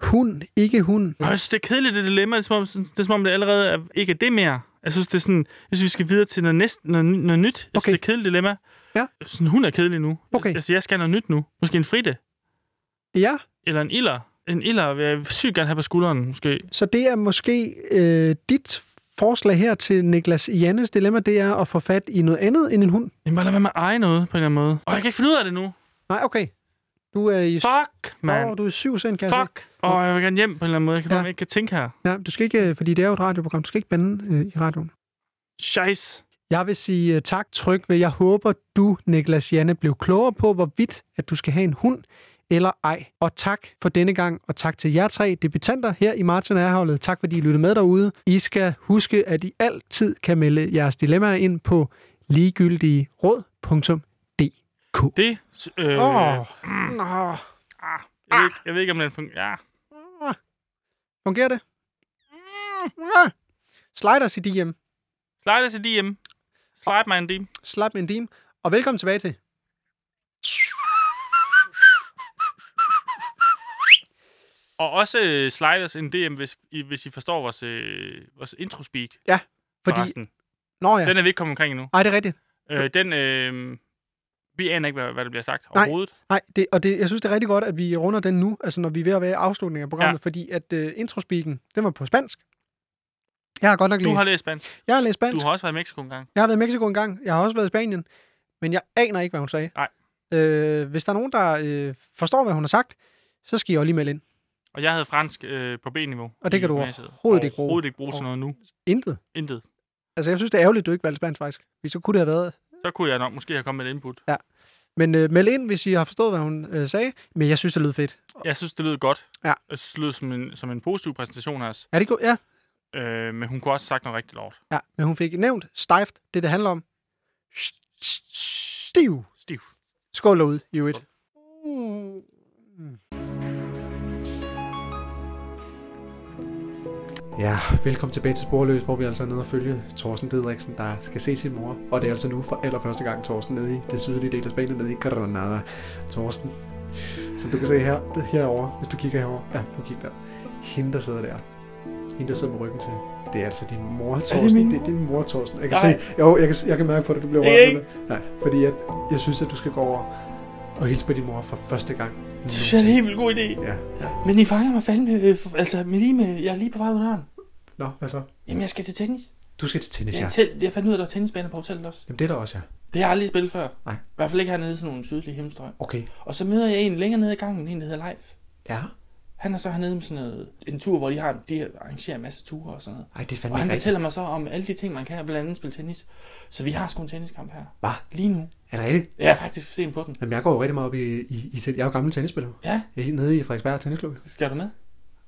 Hun, ikke hun.
Og jeg synes, det er kedeligt, det dilemma. Det er, som om, sådan- det er som om, det allerede er, ikke er det mere. Jeg synes, det er sådan, jeg synes, vi skal videre til noget, næsten, noget, ny- noget nyt. Jeg synes, det
Okay.
er et kedeligt dilemma.
Ja.
Sådan, hun er kedelig nu.
Okay.
Altså, jeg skal have noget nyt nu. Måske en fritte.
Ja,
Eller en iller. En iller vil jeg sygt gerne have på skulderen, måske.
så det er måske øh, dit forslag her til Niklas Jannes dilemma, det er at få fat i noget andet end en hund.
Jamen, bare lad være med at eje noget, på en eller anden måde. Og jeg kan ikke finde ud af det nu.
Nej, okay. Du er i...
Fuck,
Åh,
mand.
du er syv sind, kan jeg se.
Fuck. Og jeg vil gerne hjem på en eller anden måde. Jeg kan
Ja.
ja. ikke kan tænke her.
Ja, du skal ikke, øh, fordi det er jo et radioprogram, du skal ikke bande øh, i radioen.
Scheiß.
Jeg vil sige uh, tak, Tryg, ved jeg håber, du, Niklas Janne, blev klogere på, hvorvidt at du skal have en hund eller ej. Og tak for denne gang, og tak til jer tre debutanter her i Martin Erholdet. Tak fordi I lyttede med derude. I skal huske, at I altid kan melde jeres dilemmaer ind på ligegyldige råd.dk.
Det... Øh,
Åh,
oh.
oh, oh,
jeg, ved ikke, jeg ved ikke, om den fungerer. Ja.
fungerer det? Ah. Slide os i DM.
Slide det til DM. Slide mig en DM.
Slap en dim. Og velkommen tilbage til.
Og også øh, slide os en DM, hvis I, hvis I forstår vores, øh, vores intro-speak.
Fordi...
Fordi...
Nå ja.
Den er vi ikke kommet omkring endnu.
Ej, det er rigtigt.
Øh, den, øh, vi aner ikke, hvad, hvad der bliver sagt
Nej.
overhovedet.
Nej, det, og det, jeg synes, det er rigtig godt, at vi runder den nu, altså når vi er ved at være i afslutningen af programmet, ja. fordi at uh, introspeaken, den var på spansk. Jeg har godt nok
Du
læst.
har læst spansk.
Jeg har læst
Du
spansk.
har også været i Mexico en gang.
Jeg har været i Mexico en gang. Jeg har også været i Spanien. Men jeg aner ikke, hvad hun sagde.
Nej.
Øh, hvis der er nogen, der øh, forstår, hvad hun har sagt, så skal I også lige melde ind.
Og jeg havde fransk øh, på B-niveau.
Og det
i
kan du
gymnasiet.
overhovedet ikke bruge.
Overhovedet ikke bruge til noget nu.
Intet.
Intet.
Altså, jeg synes, det er ærgerligt, at du ikke valgte spansk, faktisk. Hvis så kunne det have været.
Så kunne jeg nok måske have kommet med et input.
Men øh, meld ind, hvis I har forstået, hvad hun øh, sagde. Men jeg synes, det lød fedt.
Jeg synes, det lød godt.
Ja.
Jeg synes, det lød som en, som en positiv præsentation af os.
Er det godt? Ja.
Øh, men hun kunne også have sagt noget rigtig lort.
ja. Men hun fik nævnt stejft, det det handler om. Stiv.
Stiv.
Skål derude, i øvrigt. Ja, velkommen tilbage til Sporløs, hvor vi altså er nede og følge Thorsten Didriksen, der skal se sin mor. Og det er altså nu for allerførste gang Thorsten nede i det sydlige del af Spanien, nede i Granada. Thorsten, som du kan se her, det herovre, hvis du kigger herover. Ja, du kigger der. Hende, der sidder der. Hende, der sidder med ryggen til. Det er altså din mor, Thorsten.
min
det er din mor, Thorsten. Jeg kan
Nej.
se, jo, jeg kan, jeg kan mærke på det, du bliver
Det er
rørt.
ikke-
nu. Nej, fordi jeg, jeg synes, at du skal gå over og hilse på din mor for første gang.
Det synes jeg er en helt vildt god idé.
Ja, ja.
Men I fanger mig fandme, øh, for- altså med lige med, jeg er lige på vej ud af døren.
Nå, hvad så?
Jamen, jeg skal til tennis.
Du skal til tennis,
Jeg,
ja.
ja. til, jeg fandt ud af, at der var tennisbaner på hotellet også.
Jamen, det er der også, ja.
Det har jeg aldrig spillet før.
Nej.
I hvert fald ikke hernede i sådan nogle sydlige himmelstrøg.
Okay.
Og så møder jeg en længere nede i gangen, en der hedder Leif.
Ja.
Han er så hernede med sådan noget, en tur, hvor de, har, de arrangerer en masse ture og sådan noget.
Ej, det er
Og
fandme
han
ikke rigtigt.
fortæller mig så om alle de ting, man kan, blandt andet spille tennis. Så vi har sgu en tenniskamp her.
Hvad?
Lige nu.
Er det rigtigt?
Jeg er faktisk for sent på den.
Jamen, jeg går jo rigtig meget op i, i, i tennis. Jeg er jo gammel tennisspiller.
Ja,
Jeg er helt nede i Frederiksberg Tennisklub.
skal du med?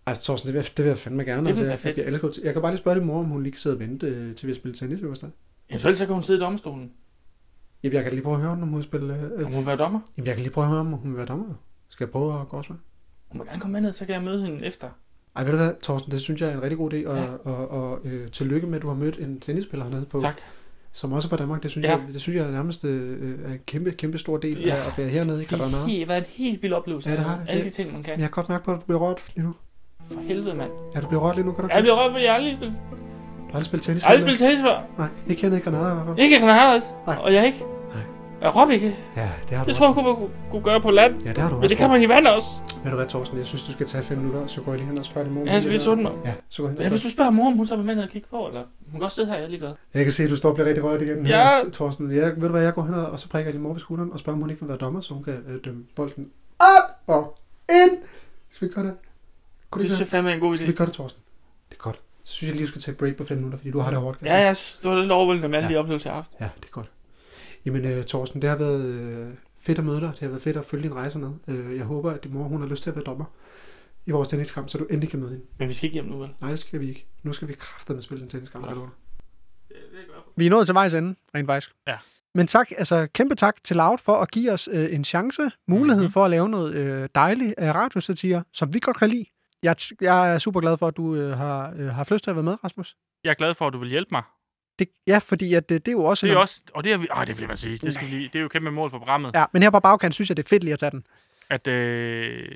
Altså, Thorsten, det vil, jeg- det vil jeg fandme
Det
gerne.
ville
altså,
være
jeg,
fedt.
Jeg, elsker, jo- jeg kan bare lige spørge din mor, om hun lige kan sidde og vente, øh, til vi har spillet tennis i onsdag.
Eventuelt så kan hun sidde i domstolen.
Jamen, jeg kan lige prøve at høre, om hun vil spille... Øh,
Om hun vil være dommer?
jamen, jeg kan lige prøve at høre, om hun vil være dommer. Skal jeg prøve at gå også med?
Hun må gerne komme med ned, så kan jeg møde hende efter.
Ej, ved du hvad, Thorsten, det synes jeg er en rigtig god idé, og, ja. og, og, og øh, tillykke med, at du har mødt en tennisspiller hernede på,
Tak.
som også er fra Danmark. Det synes,
Ja.
ja. jeg, det synes jeg er nærmest øh, er en kæmpe, kæmpe stor del
Ja.
ja. af at være hernede i
Det har
Granada.
helt, været en helt vild oplevelse.
Ja, det har det.
Alle de
Det-
ting, man
Men
kan.
jeg kan godt mærke på, at du bliver rørt lige nu.
For helvede, mand.
Ja, du bliver rørt lige nu, kan du
Jeg
ikke?
bliver rørt, fordi jeg aldrig spillet,
Du har aldrig spillet tennis.
aldrig
hernede.
spillet tennis før.
Nej, ikke hernede i Granada i hvert fald.
Ikke jeg kan Hernandez.
Nej.
Og jeg ikke.
Nej.
Jeg råber ikke.
Ja, det har du
Det
også.
tror jeg kunne, man kunne, kunne gøre på land.
Ja, det har du
Men
også.
det kan man i vand også.
Ved du hvad, Thorsten, jeg synes, du skal tage 5 minutter, så går jeg lige hen og spørger din mor. om
Ja, jeg skal
det
lige sunde mig.
der. Ja, så går jeg hen
Ja,
og
hvis
spørger.
du spørger mor, om hun så vil med ned og kigge på, eller hun kan også sidde her, jeg er ligeglad.
Jeg kan se, at du står og bliver rigtig rørt igen. her,
Ja.
Th- Thorsten, jeg, ved du hvad, jeg går hen og og så prikker jeg din mor på skulderen og spørger, om hun ikke vil være dommer, så hun kan øh, dømme bolden op og ind. Skal vi ikke gøre det? Kunne
Det
det
synes
ikke
jeg fandme er en god
være?
idé.
Skal vi ikke gøre det, Thorsten? Det er godt. Så synes jeg lige, du skal tage et break på 5 minutter, fordi du har det hårdt. kan jeg
Ja,
se.
jeg synes, det var lidt overvældende med alle de oplevelser, jeg har haft.
Ja, det er godt. Jamen, øh, Thorsten, det har været øh, fedt at møde dig. Det har været fedt at følge din rejse med. Øh, jeg håber, at din mor hun har lyst til at være dommer i vores tenniskamp, så du endelig kan møde hende.
Men vi skal ikke hjem nu, vel?
Nej, det skal vi ikke. Nu skal vi kraftedeme spille en tenniskamp.
Godt.
Ja. Vi er nået til vejs ende, rent faktisk.
Ja.
Men tak, altså kæmpe tak til Loud for at give os øh, en chance, mulighed mm-hmm. for at lave noget øh, dejligt øh, radiosatire, som vi godt kan lide. Jeg, t- jeg er super glad for, at du øh, har øh, haft lyst til at være med, Rasmus.
Jeg er glad for, at du vil hjælpe mig.
Det, ja, fordi at, øh, det er jo også...
Det er
en-
jo også... Og det er vi... Ej, det vil man sige. Det, skal vi lige... det er jo et kæmpe mål for programmet.
Ja, men her på bagkant synes jeg, det er fedt lige at tage den.
At, øh...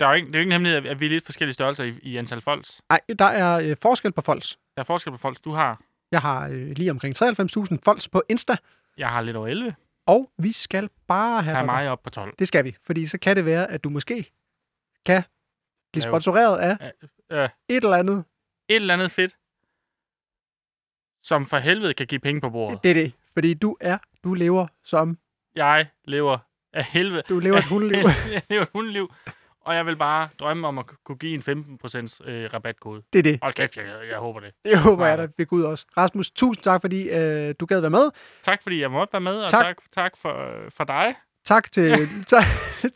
Der er jo ikke, det er jo ingen hemmelighed, at vi er lidt forskellige størrelser i, i antal folks.
Nej, der er øh, forskel på folks.
Der er forskel på folks. Du har...
Jeg har øh, lige omkring 93.000 folks på Insta,
Jeg har lidt over 11.
og vi skal bare have...
Jeg har
dig.
mig op på 12.
Det skal vi, fordi så kan det være, at du måske kan blive
Lave-
sponsoreret af
Ja, ja.
et eller andet.
Et eller andet fedt, som for helvede kan give penge på bordet.
Det er det, fordi du er, du lever som,
Jeg lever af helvede.
du lever et hundeliv.
Jeg lever et hundeliv. Og jeg vil bare drømme om at kunne give en 15% øh, rabatkode.
Det er det.
Hold kæft, jeg, jeg håber det.
Det håber jeg,
Smart.
der fik ud også. Rasmus, tusind tak, fordi øh, du gad være med.
Tak, fordi jeg måtte være med, og
Tak.
tak, tak, tak for, for dig.
Tak til, tak,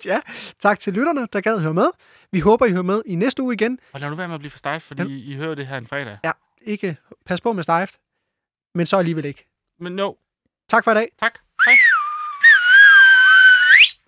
ja, tak til lytterne, der gad høre med. Vi håber, I hører med i næste uge igen.
Og lad nu være med at blive for stejf, fordi I, I hører det her en fredag.
Ikke, pas på med stejft, men så alligevel ikke.
Men no,
Tak for i dag.
tak. Hej.